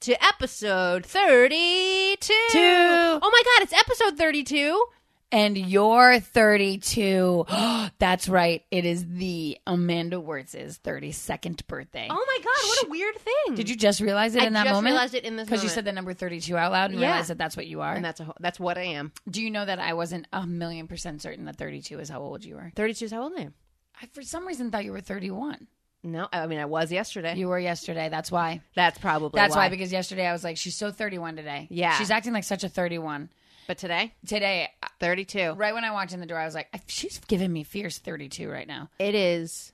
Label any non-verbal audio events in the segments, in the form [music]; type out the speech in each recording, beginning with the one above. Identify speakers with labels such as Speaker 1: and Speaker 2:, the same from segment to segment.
Speaker 1: to episode 32.
Speaker 2: Two.
Speaker 1: Oh my God, it's episode 32.
Speaker 2: And you're 32. [gasps] That's right. It is the Amanda Wertz's 32nd birthday.
Speaker 1: Oh my God, what a weird thing.
Speaker 2: Did you just realize it
Speaker 1: I
Speaker 2: in that
Speaker 1: just
Speaker 2: moment?
Speaker 1: realized it in this
Speaker 2: Because you
Speaker 1: moment.
Speaker 2: said the number 32 out loud and
Speaker 1: Yeah.
Speaker 2: realized that that's what you are.
Speaker 1: And that's, a, ho- that's what I am.
Speaker 2: Do you know that I wasn't a million percent certain that 32 is how old you were?
Speaker 1: 32 is how old I am.
Speaker 2: I, for some reason, thought you were 31.
Speaker 1: No, I mean, I was yesterday.
Speaker 2: You were yesterday. That's why.
Speaker 1: that's probably
Speaker 2: That's why.
Speaker 1: why.
Speaker 2: because yesterday I was like, she's so 31 today.
Speaker 1: Yeah.
Speaker 2: She's acting like such a 31.
Speaker 1: but today,
Speaker 2: Today, I-
Speaker 1: 32.
Speaker 2: right when I walked in the door, I was like, she's giving me fierce 32 right now.
Speaker 1: It is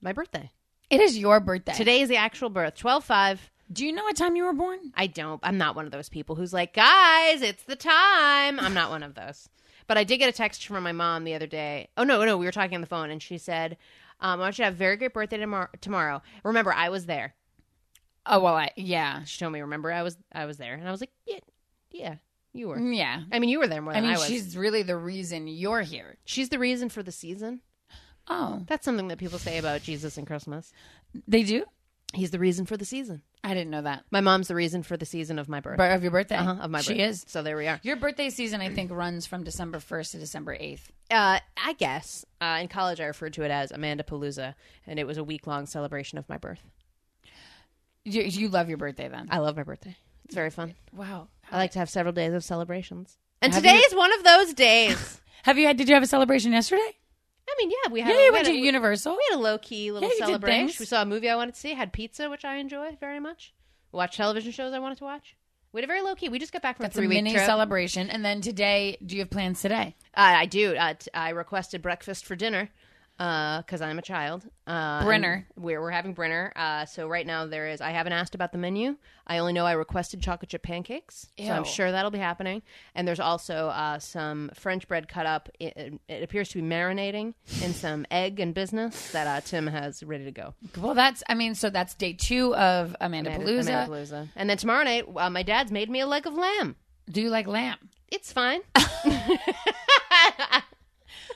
Speaker 1: my birthday.
Speaker 2: It is your birthday.
Speaker 1: Today is the actual birth, 12 5.
Speaker 2: Do you know what time you were born?
Speaker 1: I don't. I'm not one of those people who's like, guys, it's the time. I'm not one of those. But I did get a text from my mom the other day. Oh no, no, we were talking on the phone, and she said, um, "I want you to have a very great birthday tomorrow." Tomorrow, remember, I was there.
Speaker 2: Oh well, I yeah,
Speaker 1: She told me, "Remember, I was, I was there," and I was like, "Yeah, yeah, you were.
Speaker 2: Mm, yeah.
Speaker 1: I mean, you were there more
Speaker 2: I
Speaker 1: than I,
Speaker 2: mean,
Speaker 1: was. She's,
Speaker 2: she's really the reason you're here.
Speaker 1: the reason for the season.
Speaker 2: Oh,
Speaker 1: That's something that people say about Jesus and Christmas.
Speaker 2: they do.
Speaker 1: He's the reason for the season.
Speaker 2: I didn't know that.
Speaker 1: My mom's the reason for the season of my birth.
Speaker 2: But of your birthday,
Speaker 1: uh-huh, of my birth.
Speaker 2: she is.
Speaker 1: So there we are.
Speaker 2: Your birthday season, I think, runs from December first to December eighth.
Speaker 1: uh, I guess uh, in college I referred to it as Amanda Palooza, and it was a week long celebration of my birth.
Speaker 2: You, you love your birthday then.
Speaker 1: I love my birthday; it's very fun.
Speaker 2: wow.
Speaker 1: I like to have several days of celebrations, and
Speaker 2: Have
Speaker 1: today
Speaker 2: you-
Speaker 1: is one of those days.
Speaker 2: Have you had? Did you have a celebration yesterday?
Speaker 1: [laughs] I mean, yeah, we had
Speaker 2: Yeah,
Speaker 1: a,
Speaker 2: you
Speaker 1: we
Speaker 2: went
Speaker 1: had
Speaker 2: to
Speaker 1: a, we
Speaker 2: Universal.
Speaker 1: had a low key little
Speaker 2: Yeah, you did
Speaker 1: celebration.
Speaker 2: things.
Speaker 1: We saw a movie I wanted to see, had pizza, which I enjoy very much. Watched television shows I wanted to watch. We had a very low key. We just got back from
Speaker 2: That's
Speaker 1: a
Speaker 2: a
Speaker 1: three week
Speaker 2: mini
Speaker 1: trip. uh,
Speaker 2: celebration. And then today, do you have plans today?
Speaker 1: I do. Uh, t- I requested breakfast for dinner. Because I'm a child. Uh,
Speaker 2: Brenner.
Speaker 1: and We're, we're having Brenner. Uh, so right now there is. I haven't asked about the menu. I only know I requested chocolate chip pancakes. So I'm
Speaker 2: Ew.
Speaker 1: sure that'll be happening. And there's also uh, some French bread cut up. It, it- it appears to be marinating in some egg and business that uh, Tim has ready to go.
Speaker 2: Well, that's. I mean, so that's day two of Amanda, Palooza.
Speaker 1: Amanda Palooza. And then tomorrow night, uh, my dad's made me a leg of lamb.
Speaker 2: Do you like lamb?
Speaker 1: It's fine. [laughs]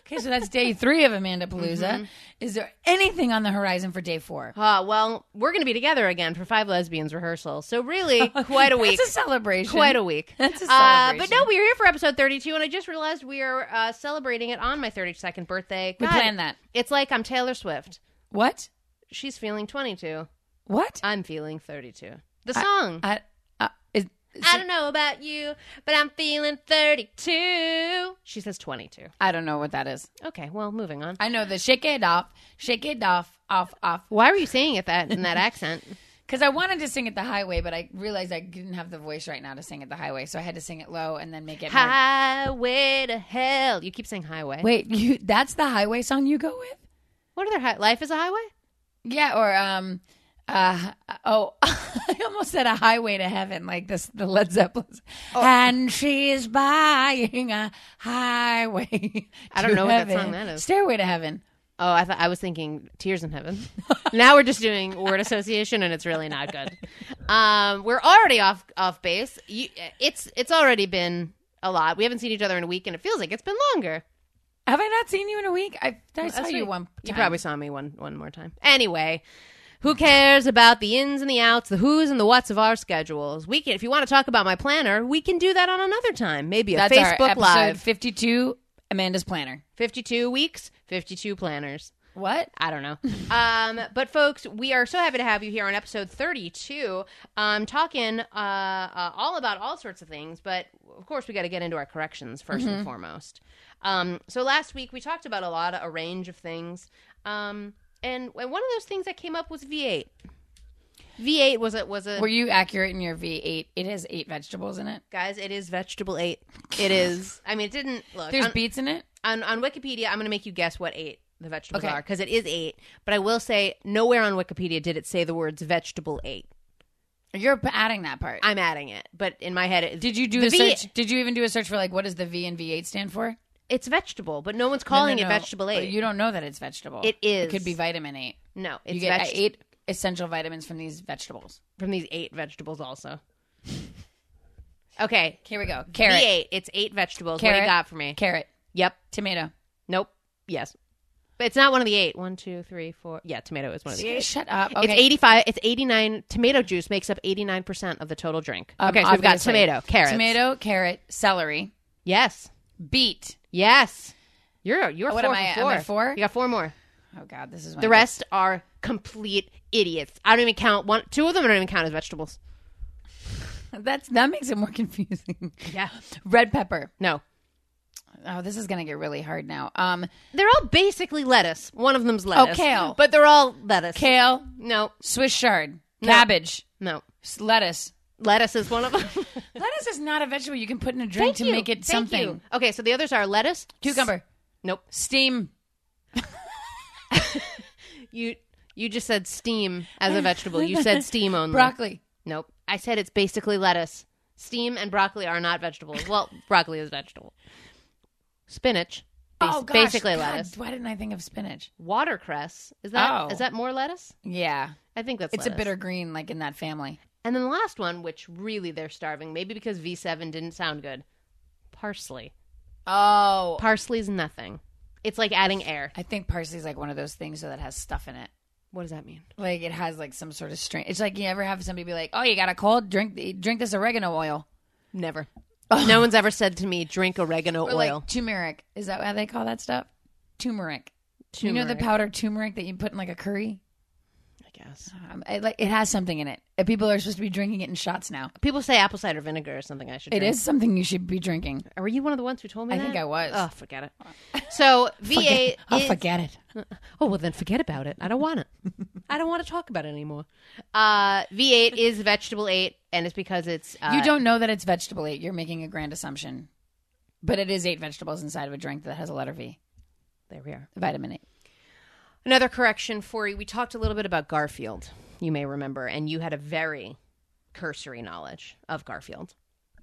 Speaker 2: Okay, so that's day three of Amanda Palooza. Is there anything on the horizon for day four?
Speaker 1: Uh, well, we're going to be together again for Five Lesbians rehearsal. So
Speaker 2: [laughs]
Speaker 1: really, quite a week.
Speaker 2: It's a celebration.
Speaker 1: quite a week.
Speaker 2: [laughs] That's a
Speaker 1: Uh, but
Speaker 2: celebration.
Speaker 1: no, we are here for episode 32, and I just realized we are uh, celebrating it on my 32nd birthday.
Speaker 2: We
Speaker 1: God,
Speaker 2: planned that.
Speaker 1: It's like I'm Taylor Swift.
Speaker 2: What?
Speaker 1: She's feeling 22.
Speaker 2: What?
Speaker 1: I'm feeling 32. The song. I,
Speaker 2: I, uh, is,
Speaker 1: don't know about you, but I'm feeling 32. She says 22.
Speaker 2: I don't know what that is.
Speaker 1: Okay, well, moving on.
Speaker 2: I know the shake it off, shake it off, off, off.
Speaker 1: Why were you saying it that in
Speaker 2: [laughs]
Speaker 1: that accent?
Speaker 2: Because I wanted to sing at the highway, but I realized I didn't have the voice right now to sing at the highway, so I had to sing it low and then make it. more-
Speaker 1: Highway to hell. You keep saying highway.
Speaker 2: Wait, you? That's the highway song you go with?
Speaker 1: What other hi- life is a highway?
Speaker 2: Yeah, or um, uh, oh, [laughs] I almost said a highway to heaven, like this, the Led Zeppelin.
Speaker 1: Oh.
Speaker 2: And she's buying a highway.
Speaker 1: I don't
Speaker 2: to
Speaker 1: know what that
Speaker 2: heaven.
Speaker 1: song that is.
Speaker 2: Stairway to heaven.
Speaker 1: Oh, I thought I was thinking Tears in Heaven. [laughs] now we're just doing word association, and it's really not good. Um, we're already off off base. You, it's it's already been a lot. We haven't seen each other in a week, and it feels like it's been longer.
Speaker 2: Have I not seen you in a week? I, I saw
Speaker 1: That's
Speaker 2: you
Speaker 1: right.
Speaker 2: one. Time.
Speaker 1: You probably saw me one one more time. Anyway, who cares about the ins and the outs, the who's and the whats of our schedules? We can, if you want to talk about my planner, we can do that on another time. Maybe a
Speaker 2: That's our
Speaker 1: Facebook
Speaker 2: episode
Speaker 1: Live.
Speaker 2: fifty-two. Amanda's planner.
Speaker 1: Fifty two weeks, fifty two planners.
Speaker 2: What?
Speaker 1: I don't know. [laughs] um, but folks, we are so happy to have you here on episode 32, um, talking uh, uh, all about all sorts of things. But of course, we got to get into our corrections 1st
Speaker 2: Mm-hmm.
Speaker 1: and foremost. Um, so last week we talked about a lot of a range of things, um, and, and one of those things that came up was V8. V8 was a was a
Speaker 2: Were you accurate in your V eight? It has eight vegetables in it.
Speaker 1: guys. It is vegetable eight. It is. I mean, it didn't look.
Speaker 2: [laughs] There's
Speaker 1: on-
Speaker 2: beets in it.
Speaker 1: on, on Wikipedia, I'm going to make you guess what eight the vegetables
Speaker 2: Okay.
Speaker 1: are because it is eight. But I will say, nowhere on Wikipedia did it say the words vegetable eight.
Speaker 2: You're p- adding that part.
Speaker 1: I'm adding it, but in my head, it,
Speaker 2: did you do
Speaker 1: the
Speaker 2: a
Speaker 1: V-
Speaker 2: search? Did you even do a search for like what does the V and V8 stand for?
Speaker 1: It's vegetable, but no one's
Speaker 2: No, no,
Speaker 1: calling
Speaker 2: no.
Speaker 1: it vegetable
Speaker 2: But
Speaker 1: eight.
Speaker 2: You don't know that it's vegetable.
Speaker 1: It is.
Speaker 2: It could be vitamin eight.
Speaker 1: no,
Speaker 2: You
Speaker 1: it's
Speaker 2: get
Speaker 1: veg-
Speaker 2: eight essential vitamins from these vegetables.
Speaker 1: from these eight vegetables also. [laughs] Okay,
Speaker 2: Here we go. Carrot.
Speaker 1: V8. It's eight vegetables. What do
Speaker 2: Carrot.
Speaker 1: you got for me?
Speaker 2: Carrot.
Speaker 1: Yep.
Speaker 2: Tomato.
Speaker 1: Nope. Yes. But it's not one of the eight. One, two, three, four. Yeah, tomato is one of the eight.
Speaker 2: Shut up.
Speaker 1: It's
Speaker 2: Okay.
Speaker 1: 85. It's 89. Tomato juice makes up 89% of the total drink.
Speaker 2: Um,
Speaker 1: okay, so we've got
Speaker 2: obviously.
Speaker 1: tomato, carrots.
Speaker 2: Tomato, carrot, celery,
Speaker 1: Yes.
Speaker 2: beet.
Speaker 1: Yes. You're you're
Speaker 2: What
Speaker 1: four
Speaker 2: am I
Speaker 1: for
Speaker 2: at? Am
Speaker 1: four.
Speaker 2: I four?
Speaker 1: You got four more.
Speaker 2: Oh God, this is
Speaker 1: The rest are complete idiots. I don't even count one. Two of them I don't even count as vegetables.
Speaker 2: [laughs] That's that makes it more confusing.
Speaker 1: Yeah.
Speaker 2: Red pepper.
Speaker 1: No.
Speaker 2: Oh, this is gonna get really hard now. Um,
Speaker 1: They're all basically lettuce. One of them's lettuce.
Speaker 2: kale.
Speaker 1: But they're all lettuce.
Speaker 2: kale,
Speaker 1: No.
Speaker 2: Swiss chard, cabbage,
Speaker 1: No.
Speaker 2: s- lettuce.
Speaker 1: Lettuce is one of [laughs] them.
Speaker 2: Lettuce is not a vegetable you can put in a drink to
Speaker 1: you.
Speaker 2: make it
Speaker 1: Thank
Speaker 2: something.
Speaker 1: you. Okay, so the others are lettuce,
Speaker 2: Cucumber,
Speaker 1: Nope.
Speaker 2: steam.
Speaker 1: You you just said steam as a vegetable. You said steam [laughs] only.
Speaker 2: Broccoli.
Speaker 1: Nope. I said it's basically lettuce. Steam and broccoli are not vegetables.
Speaker 2: [laughs]
Speaker 1: Well, broccoli is vegetable. Spinach. bas-
Speaker 2: oh gosh,
Speaker 1: basically
Speaker 2: God,
Speaker 1: lettuce.
Speaker 2: Why didn't I think of spinach?
Speaker 1: Watercress. Is that is
Speaker 2: Oh.
Speaker 1: that more lettuce?
Speaker 2: Yeah,
Speaker 1: I think that's
Speaker 2: it's a
Speaker 1: lettuce.
Speaker 2: bitter green, like in that family.
Speaker 1: And then the last one, which really they're starving, maybe because V7 didn't sound good. Parsley.
Speaker 2: Oh,
Speaker 1: Parsley's nothing. It's like adding air.
Speaker 2: I think parsley is like one of those things though that has stuff in it.
Speaker 1: What does that mean?
Speaker 2: Like it has like some sort of strain. It's like you ever have somebody be like, "Oh, you got a cold? Drink the- drink this oregano oil."
Speaker 1: Never. no one's ever said to me, drink oregano
Speaker 2: Oh. Or
Speaker 1: oil.
Speaker 2: like turmeric. Is that how they call that stuff? Turmeric. You know the
Speaker 1: Turmeric.
Speaker 2: powder turmeric that you put in like a curry.
Speaker 1: I guess.
Speaker 2: Um, it, like it has something in it. And People are supposed to be drinking it in shots now.
Speaker 1: People say apple cider vinegar is something I should
Speaker 2: It
Speaker 1: drink.
Speaker 2: is something you should be drinking.
Speaker 1: Were you one of the ones who told me
Speaker 2: I
Speaker 1: that?
Speaker 2: think I was.
Speaker 1: Oh, forget it. [laughs] So,
Speaker 2: Forget-
Speaker 1: V8
Speaker 2: oh,
Speaker 1: is-
Speaker 2: forget it.
Speaker 1: Oh, well, then forget about it. I don't [laughs] want it. I don't want to talk about it anymore. Uh, V8 is vegetable 8, and it's because it's. Uh,
Speaker 2: you don't know that it's vegetable eight. You're making a grand assumption, but it is eight vegetables inside of a drink that has a letter V,
Speaker 1: There we are.
Speaker 2: vitamin eight.
Speaker 1: Another correction for you. We talked a little bit about Garfield, you may remember, and you had a very cursory knowledge of Garfield.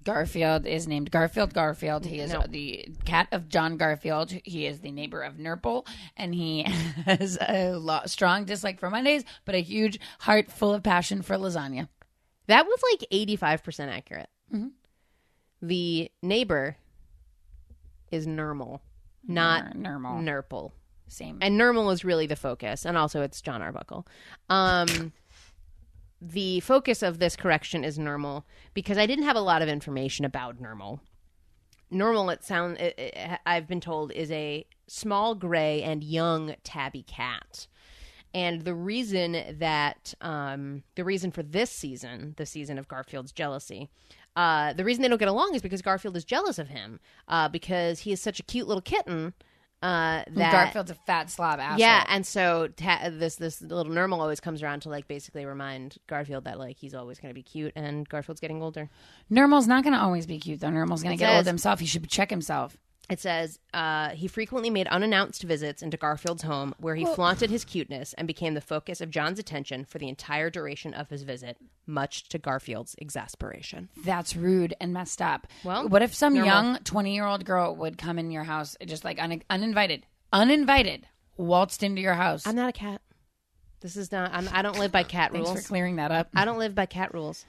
Speaker 2: Garfield is named Garfield Garfield. He is
Speaker 1: No.
Speaker 2: the cat of John Garfield. He is the neighbor of Nurple, and he [laughs] has a lo- strong dislike for Mondays, but a huge heart full of passion for lasagna.
Speaker 1: That was like 85% accurate. The neighbor is Nermal, not
Speaker 2: Or normal,
Speaker 1: Nurple.
Speaker 2: same.
Speaker 1: And Nermal is really the focus, and also it's John Arbuckle. Um, [laughs] the focus of this correction is Nermal because I didn't have a lot of information about Nermal. Nermal, it sound it, it, I've been told, is a small gray and young tabby cat. And the reason that um, the reason for this season, the season of Garfield's jealousy, uh, the reason they don't get along is because Garfield is jealous of him uh, because he is such a cute little kitten uh, that
Speaker 2: Garfield's a fat slob asshole.
Speaker 1: yeah, and so ta- this this little normal always comes around to like basically remind Garfield that like he's always going to be cute, and Garfield's getting older.
Speaker 2: Nurmal's not going to always be cute though. Nurmal's going to get
Speaker 1: says-
Speaker 2: old himself. He should check himself.
Speaker 1: It says uh, he frequently made unannounced visits into Garfield's home, where he flaunted his cuteness and became the focus of John's attention for the entire duration of his visit, much to Garfield's exasperation.
Speaker 2: That's rude and messed up.
Speaker 1: Well,
Speaker 2: what if some
Speaker 1: normal.
Speaker 2: young 20 year old girl would come in your house just like un- uninvited, uninvited, waltzed into your house?
Speaker 1: I'm not a cat. This is not. I'm, I don't live by cat
Speaker 2: Thanks for
Speaker 1: rules.
Speaker 2: clearing that up.
Speaker 1: I don't live by cat rules.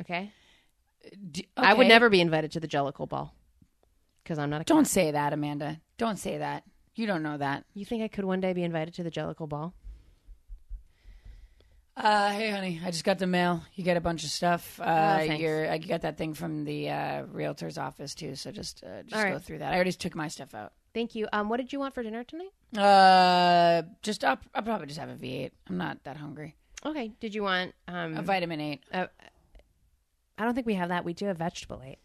Speaker 1: Okay?
Speaker 2: D-
Speaker 1: I would
Speaker 2: okay.
Speaker 1: never be invited to the Jellicle Ball because I'm not a cat.
Speaker 2: Don't say that, Amanda. Don't say that. You don't know that.
Speaker 1: You think I could one day be invited to the Jellicle Ball?
Speaker 2: Uh, hey, honey, I just got the mail. You get a bunch of stuff. Uh,
Speaker 1: Oh, thanks.
Speaker 2: you're, I got that thing from the uh, realtor's office too. So just, uh, just
Speaker 1: All
Speaker 2: go
Speaker 1: right.
Speaker 2: through that. I already took my stuff out.
Speaker 1: Thank you. Um, what did you want for dinner tonight?
Speaker 2: Uh, just I'll, I'll probably just have a V8. I'm not that hungry.
Speaker 1: Okay. Did you want um?
Speaker 2: A vitamin 8.
Speaker 1: uh, I don't think we have that. We do have vegetable eight.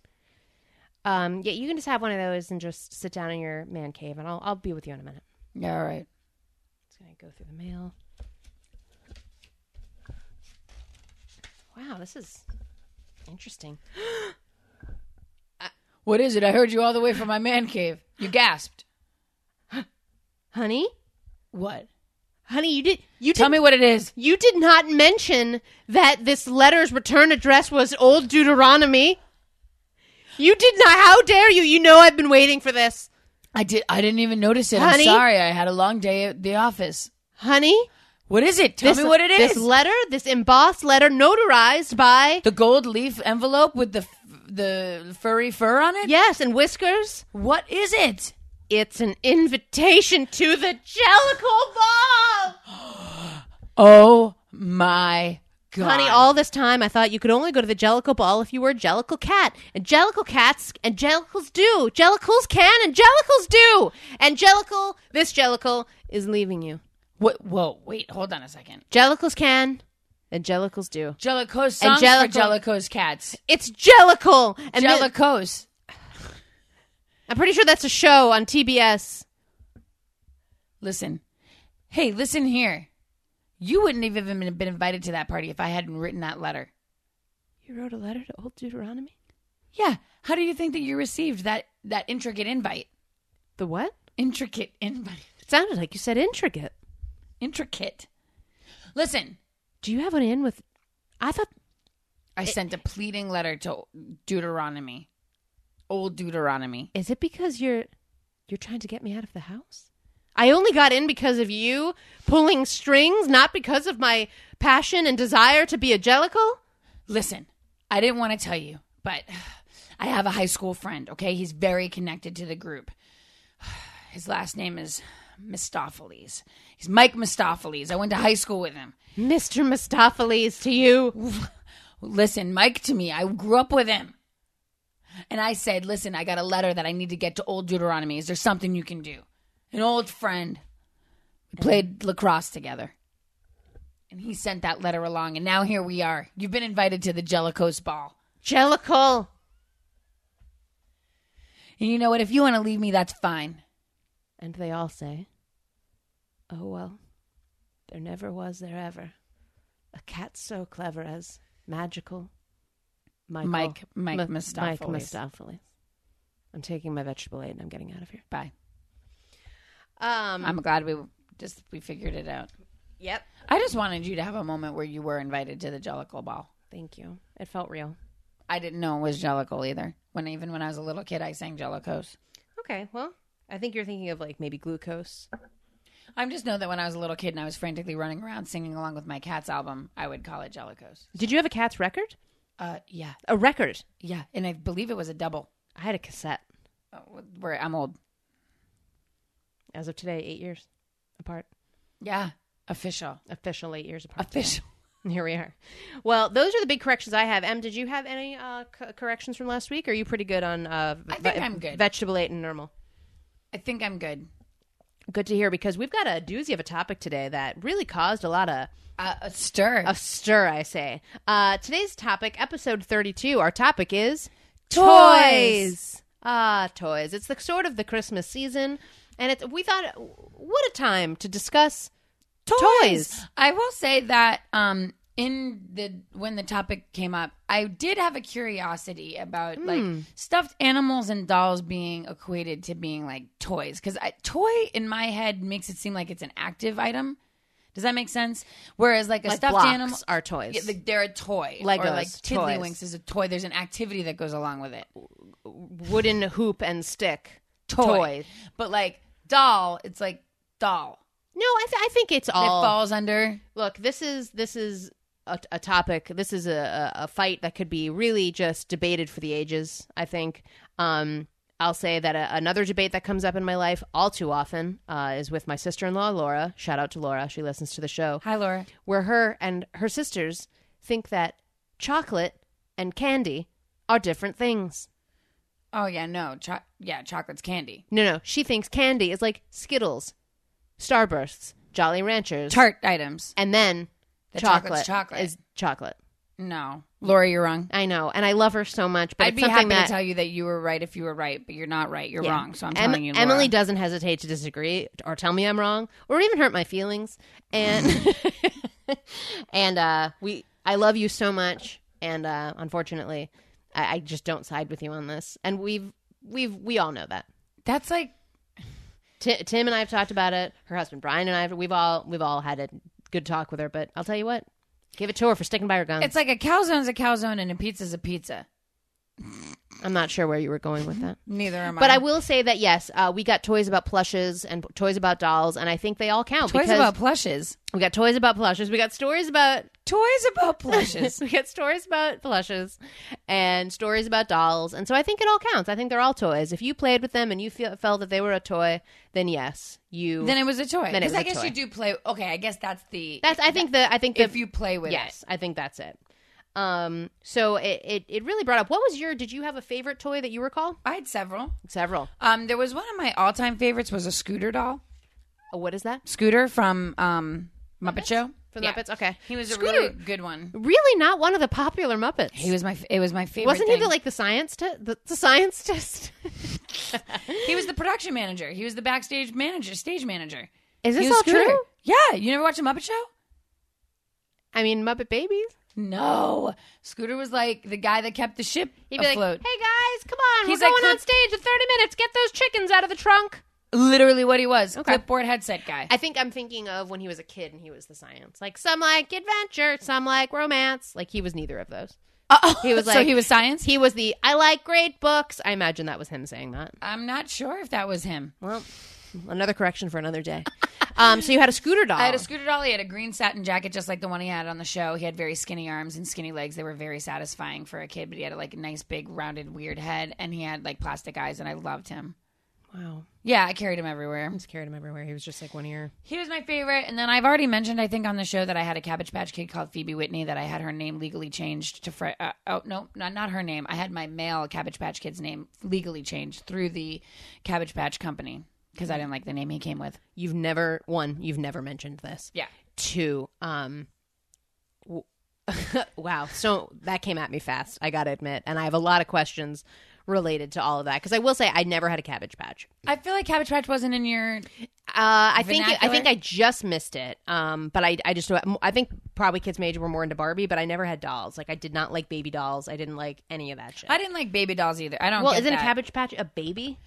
Speaker 1: Um, yeah, you can just have one of those and just sit down in your man cave, and I'll I'll be with you in a minute.
Speaker 2: Yeah, all right.
Speaker 1: Just gonna go through the mail. Wow, this is interesting.
Speaker 2: What is it? I heard you all the way from my man cave. You gasped.
Speaker 1: Honey,
Speaker 2: What?
Speaker 1: honey, you did you
Speaker 2: Tell
Speaker 1: did,
Speaker 2: me what it is.
Speaker 1: you did not mention that this letter's return address was Old Deuteronomy. You did not. How dare you? You know I've been waiting for this,
Speaker 2: I did. I didn't even notice it.
Speaker 1: Honey?
Speaker 2: I'm sorry. I had a long day at the office.
Speaker 1: honey.
Speaker 2: What is it? Tell
Speaker 1: this,
Speaker 2: me what it is.
Speaker 1: This letter, this embossed letter, notarized by
Speaker 2: the gold leaf envelope with the f- the furry fur on it.
Speaker 1: yes, and whiskers.
Speaker 2: What is it?
Speaker 1: It's an invitation to the Jellicle Ball.
Speaker 2: Oh my god!
Speaker 1: Honey, all this time I thought you could only go to the Jellicle Ball if you were a Jellicle Cat. And Jellicle Cats and Jellicles do. Jellicles can and Jellicles do. And Jellicle, this Jellicle, is leaving you.
Speaker 2: What, whoa! Wait, hold on a second.
Speaker 1: Jellicles can and Jellicles do.
Speaker 2: Jellicoe's songs
Speaker 1: Jellicoe-
Speaker 2: for Jellicoe's cats.
Speaker 1: It's Jellicle. And thi-
Speaker 2: Jellicoe's.
Speaker 1: I'm pretty sure that's a show on TBS.
Speaker 2: Listen, hey, listen here. You wouldn't have even been- been invited to that party if I hadn't written that letter.
Speaker 1: You wrote a letter to Old Deuteronomy?
Speaker 2: Yeah. How do you think that you received that that intricate invite?
Speaker 1: The what?
Speaker 2: Intricate invite. [laughs]
Speaker 1: It sounded like you said intricate.
Speaker 2: Intricate. Listen,
Speaker 1: Do you have an in with. I thought.
Speaker 2: I sent a pleading letter to Deuteronomy, old Deuteronomy.
Speaker 1: Is it because you're you're trying to get me out of the house? I only got in because of you pulling strings, not because of my passion and desire to be a jellicle.
Speaker 2: Listen, I didn't want to tell you, but [sighs] I have a high school friend, okay? He's very connected to the group. [sighs] His last name is Mistopheles. He's Mike Mistopheles. I went to high school with him.
Speaker 1: Mr. Mistopheles to you.
Speaker 2: Listen, Mike to me, I grew up with him. And I said, Listen, I got a letter that I need to get to Old Deuteronomy. Is there something you can do? An old friend. We played lacrosse together. And he sent that letter along. And now here we are. You've been invited to the Jellicoe's Ball.
Speaker 1: Jellicle.
Speaker 2: And you know what? If you want to leave me, that's fine.
Speaker 1: And they all say, Oh, well, there never was there ever a cat so clever as magical Michael-
Speaker 2: Mike-
Speaker 1: Mi-
Speaker 2: Mike
Speaker 1: Mike
Speaker 2: Mistopheles.
Speaker 1: Mistopheles. I'm taking my vegetable aid and I'm getting out of here.
Speaker 2: Bye.
Speaker 1: Um,
Speaker 2: I'm glad we just we figured it out.
Speaker 1: yep.
Speaker 2: I just wanted you to have a moment where you were invited to the Jellicle Ball.
Speaker 1: Thank you. It felt real.
Speaker 2: I didn't know it was Jellicle either. When even when I was a little kid, I sang Jellicoes.
Speaker 1: Okay, well, I think you're thinking of like maybe glucose.
Speaker 2: I just know that when I was a little kid and I was frantically running around singing along with my cat's album, I would call it Jellicoes.
Speaker 1: Did you have a cat's record?
Speaker 2: Uh, yeah,
Speaker 1: A record.
Speaker 2: yeah, and I believe it was a double.
Speaker 1: I had a cassette.
Speaker 2: Uh, Where I'm old.
Speaker 1: As of today, eight years apart.
Speaker 2: Yeah, official,
Speaker 1: Official eight years apart. [laughs]
Speaker 2: official.
Speaker 1: Here we are. Well, those are the big corrections I have. Em, did you have any uh, c- corrections from last week? Or are you pretty good on? Uh,
Speaker 2: I think I'm good.
Speaker 1: Vegetable eight and normal.
Speaker 2: I think I'm good.
Speaker 1: Good to hear because we've got a doozy of a topic today that really caused a lot of
Speaker 2: Uh, a stir.
Speaker 1: a stir. I say. Uh, today's topic, episode thirty-two. Our topic is
Speaker 2: Toys.
Speaker 1: Ah, toys. It's the sort of the Christmas season, and it's we thought what a time to discuss toys.
Speaker 2: I will say that um in the when the topic came up, I did have a curiosity about
Speaker 1: Hmm.
Speaker 2: like stuffed animals and dolls being equated to being like toys cuz toy in my head makes it seem like it's an active item. Does that make sense? Whereas like a
Speaker 1: Like
Speaker 2: stuffed
Speaker 1: blocks
Speaker 2: animal
Speaker 1: are toys.
Speaker 2: yeah, like they're a toy. or
Speaker 1: Legos,
Speaker 2: like
Speaker 1: toys.
Speaker 2: Tiddlywinks is a toy. There's an activity that goes along with it.
Speaker 1: Wooden hoop and stick.
Speaker 2: Toy.
Speaker 1: Toy.
Speaker 2: But like doll, it's like doll.
Speaker 1: No, I, th- I think it's
Speaker 2: And
Speaker 1: all.
Speaker 2: It falls under
Speaker 1: Look, this is this is a, a topic. This is a, a a fight that could be really just debated for the ages. I think. Um, I'll say that a, another debate that comes up in my life all too often uh, is with my sister-in-law Laura. Shout out to Laura; she listens to the show.
Speaker 2: Hi Laura.
Speaker 1: Where her and her sisters think that chocolate and candy are different things.
Speaker 2: Oh yeah, no. Cho- yeah, chocolate's candy.
Speaker 1: No, no, she thinks candy is like Skittles, Starbursts, Jolly Ranchers,
Speaker 2: tart items.
Speaker 1: and then
Speaker 2: The
Speaker 1: chocolate,
Speaker 2: chocolate's chocolate.
Speaker 1: is chocolate.
Speaker 2: No, Laura, you're wrong.
Speaker 1: I know, and I love her so much. But
Speaker 2: I'd
Speaker 1: it's
Speaker 2: be happy
Speaker 1: something
Speaker 2: to
Speaker 1: that
Speaker 2: tell you that you were right if you were right, but you're not right. You're
Speaker 1: Yeah.
Speaker 2: wrong. So I'm
Speaker 1: Em-
Speaker 2: telling you, Laura.
Speaker 1: Emily doesn't hesitate to disagree or tell me I'm wrong or even hurt my feelings.
Speaker 2: [laughs]
Speaker 1: And and uh, we, I love you so much, and uh, unfortunately, I, I just don't side with you on this. And we've we've we all know that.
Speaker 2: That's like
Speaker 1: Ti- Tim and I have talked about it. Her husband Brian and I have. We've all we've all had a good talk with her. But I'll tell you what, give it to her for sticking by her guns.
Speaker 2: It's like a calzone's a calzone and a pizza's a pizza.
Speaker 1: I'm not sure where you were going with that.
Speaker 2: Neither am I.
Speaker 1: But I will say that yes, uh, we got toys about plushes and p- toys about dolls, and I think they all count
Speaker 2: toys
Speaker 1: because
Speaker 2: about plushes.
Speaker 1: we got toys about plushes, we got stories about [laughs]
Speaker 2: Toys about plushes.
Speaker 1: we got stories about plushes, and stories about dolls, and so I think it all counts. I think they're all toys. If you played with them and you feel, felt that they were a toy, then yes, you.
Speaker 2: then it was a toy.
Speaker 1: Then it
Speaker 2: Because
Speaker 1: was
Speaker 2: I
Speaker 1: a
Speaker 2: guess
Speaker 1: toy.
Speaker 2: you do play. Okay, I guess that's the
Speaker 1: that's I think the I think the
Speaker 2: if you play with. it.
Speaker 1: yes I think that's it. Um, so it, it it really brought up what was your did you have a favorite toy that you recall?
Speaker 2: I had several.
Speaker 1: Several.
Speaker 2: Um, there was one of my all-time favorites was a scooter doll,
Speaker 1: Oh, what is that?
Speaker 2: scooter from um Muppet Show.
Speaker 1: From the Muppets. Okay,
Speaker 2: He was a
Speaker 1: Scooter-
Speaker 2: really good one.
Speaker 1: really not one of the popular Muppets.
Speaker 2: He was my. f- It was my favorite.
Speaker 1: Wasn't he
Speaker 2: thing.
Speaker 1: the like the science test? The, the science [laughs] test.
Speaker 2: He was the production manager. He was the backstage manager, stage manager.
Speaker 1: Is
Speaker 2: He
Speaker 1: this
Speaker 2: was
Speaker 1: all
Speaker 2: Scooter.
Speaker 1: true?
Speaker 2: Yeah, you never watched a Muppet Show?
Speaker 1: I mean, Muppet Babies.
Speaker 2: No, Scooter was like the guy that kept the ship
Speaker 1: He'd be
Speaker 2: afloat.
Speaker 1: like, "Hey guys, come on,
Speaker 2: He's
Speaker 1: we're
Speaker 2: like
Speaker 1: going on
Speaker 2: Clip-
Speaker 1: stage in thirty minutes. Get those chickens out of the trunk."
Speaker 2: Literally what he was,
Speaker 1: Okay.
Speaker 2: clipboard headset guy.
Speaker 1: I think I'm thinking of when he was a kid and he was the science. Like some like adventure, some like romance. Like he was neither of those. Oh, He was
Speaker 2: so
Speaker 1: like-
Speaker 2: he was science.
Speaker 1: He was the I like great books. I imagine that was him saying that.
Speaker 2: I'm not sure if that was him.
Speaker 1: Well, another correction for another [laughs] day. Um, so you had a scooter doll.
Speaker 2: I had a scooter doll. He had a green satin jacket, just like the one he had on the show. He had very skinny arms and skinny legs. They were very satisfying for a kid. But he had like a nice big rounded weird head, and he had like plastic eyes, and I loved him.
Speaker 1: wow.
Speaker 2: Yeah, I carried him everywhere.
Speaker 1: I just carried him everywhere. He was just like one ear.
Speaker 2: He was my favorite. And then I've already mentioned, I think, on the show that I had a Cabbage Patch Kid called Phoebe Whitney that I had her name legally changed to Fred. Uh, oh no, not not her name. I had my male Cabbage Patch Kid's name legally changed through the Cabbage Patch Company because I didn't like the name he came with.
Speaker 1: You've never one. You've never mentioned this.
Speaker 2: Yeah.
Speaker 1: Two. Um. w- [laughs] wow. So that came at me fast. I gotta admit, and I have a lot of questions related to all of that because I will say I never had a Cabbage Patch.
Speaker 2: I feel like Cabbage Patch wasn't in your.
Speaker 1: Uh, I think I
Speaker 2: Vernacular?
Speaker 1: think I just missed it. Um, but I I just I think probably kids my age were more into Barbie, but I never had dolls. Like I did not like baby dolls. I didn't like any of that shit.
Speaker 2: I didn't like baby dolls either. I don't.
Speaker 1: well,
Speaker 2: get
Speaker 1: isn't a
Speaker 2: that.
Speaker 1: Cabbage Patch a baby?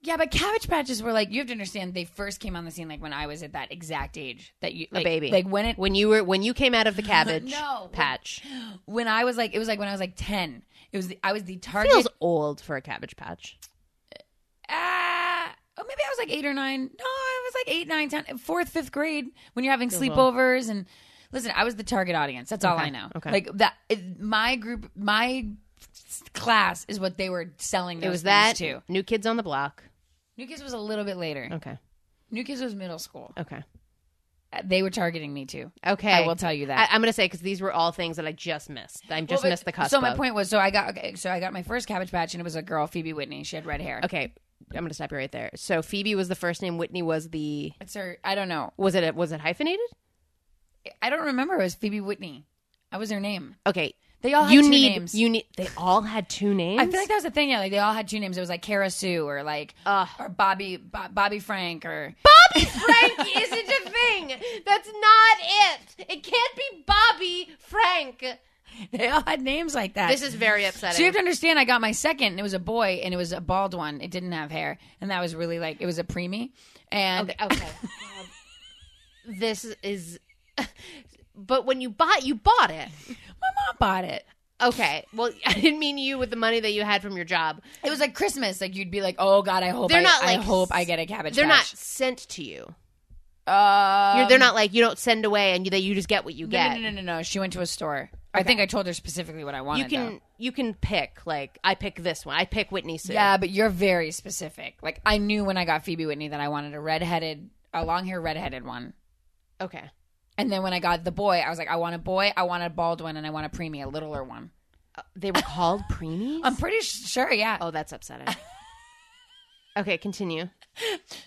Speaker 2: Yeah, but Cabbage Patches were like you have to understand they first came on the scene like when I was at that exact age that you like,
Speaker 1: a baby.
Speaker 2: like when it
Speaker 1: when you were when you came
Speaker 2: [laughs]
Speaker 1: out of the Cabbage
Speaker 2: No.
Speaker 1: Patch.
Speaker 2: when I was like it was like when I was like ten. It was the, I was the target.
Speaker 1: Feels old for a Cabbage Patch.
Speaker 2: uh, oh, maybe I was like eight or nine. No, I was like eight, nine, ten, fourth, fifth grade when you're having sleepovers and listen. I was the target audience. That's all I know.
Speaker 1: okay.
Speaker 2: like that. It, my group, my s- class is what they were selling. Those
Speaker 1: It was
Speaker 2: things
Speaker 1: that
Speaker 2: too.
Speaker 1: New Kids on the Block.
Speaker 2: New Kids was a little bit later.
Speaker 1: Okay.
Speaker 2: New Kids was middle school.
Speaker 1: Okay.
Speaker 2: Uh, They were targeting me too.
Speaker 1: Okay.
Speaker 2: I will tell you that.
Speaker 1: I, am going to say because these were all things that I just missed. I just
Speaker 2: Well, but-
Speaker 1: missed the cusp.
Speaker 2: So my
Speaker 1: of.
Speaker 2: point was, so I got okay, so I got my first Cabbage Patch, and it was a girl, Phoebe Whitney. She had red hair.
Speaker 1: Okay, I'm going to stop you right there. So Phoebe was the first name. Whitney was the.
Speaker 2: It's her. I don't know.
Speaker 1: Was it was it hyphenated?
Speaker 2: I don't remember. It was Phoebe Whitney. That was her name.
Speaker 1: Okay.
Speaker 2: They all had
Speaker 1: you
Speaker 2: two
Speaker 1: need
Speaker 2: names.
Speaker 1: you need. They all had two names.
Speaker 2: I feel like that was the thing. Yeah, like they all had two names. It was like Kara Sue or like or Bobby Bo- Bobby Frank or
Speaker 1: Bobby Frank isn't a thing. That's not it. It can't be Bobby Frank.
Speaker 2: [laughs] they all had names like that.
Speaker 1: This is very upsetting.
Speaker 2: So you have to understand, I got my second, and it was a boy, and it was a bald one. It didn't have hair, and that was really like it was a preemie, and
Speaker 1: Okay. okay. God. this is. But when you bought, you bought it.
Speaker 2: my mom bought it.
Speaker 1: Okay. Well, [laughs] I didn't mean you with the money that you had from your job.
Speaker 2: It was like Christmas. Like you'd be like, "Oh God, I hope
Speaker 1: They're
Speaker 2: I,
Speaker 1: not,
Speaker 2: I
Speaker 1: like,
Speaker 2: hope I get a cabbage."
Speaker 1: They're not
Speaker 2: patch.
Speaker 1: sent to you.
Speaker 2: Uh,
Speaker 1: You're, they're not like you don't send away and you, that you just get what you
Speaker 2: no,
Speaker 1: get.
Speaker 2: no, no, no, no. She went to a store. I think I told her specifically what I wanted.
Speaker 1: You can
Speaker 2: though.
Speaker 1: you can pick like I pick this one. I pick Whitney Sue.
Speaker 2: Yeah, but you're very specific. Like I knew when I got Phoebe Whitney that I wanted a redheaded, a long hair redheaded one.
Speaker 1: Okay.
Speaker 2: And then when I got the boy, I was like, I want a boy, I want a bald one, and I want a preemie, a littler one.
Speaker 1: They were called preemies.
Speaker 2: I'm pretty sh- sure, yeah.
Speaker 1: oh, that's upsetting.
Speaker 2: [laughs]
Speaker 1: okay, continue.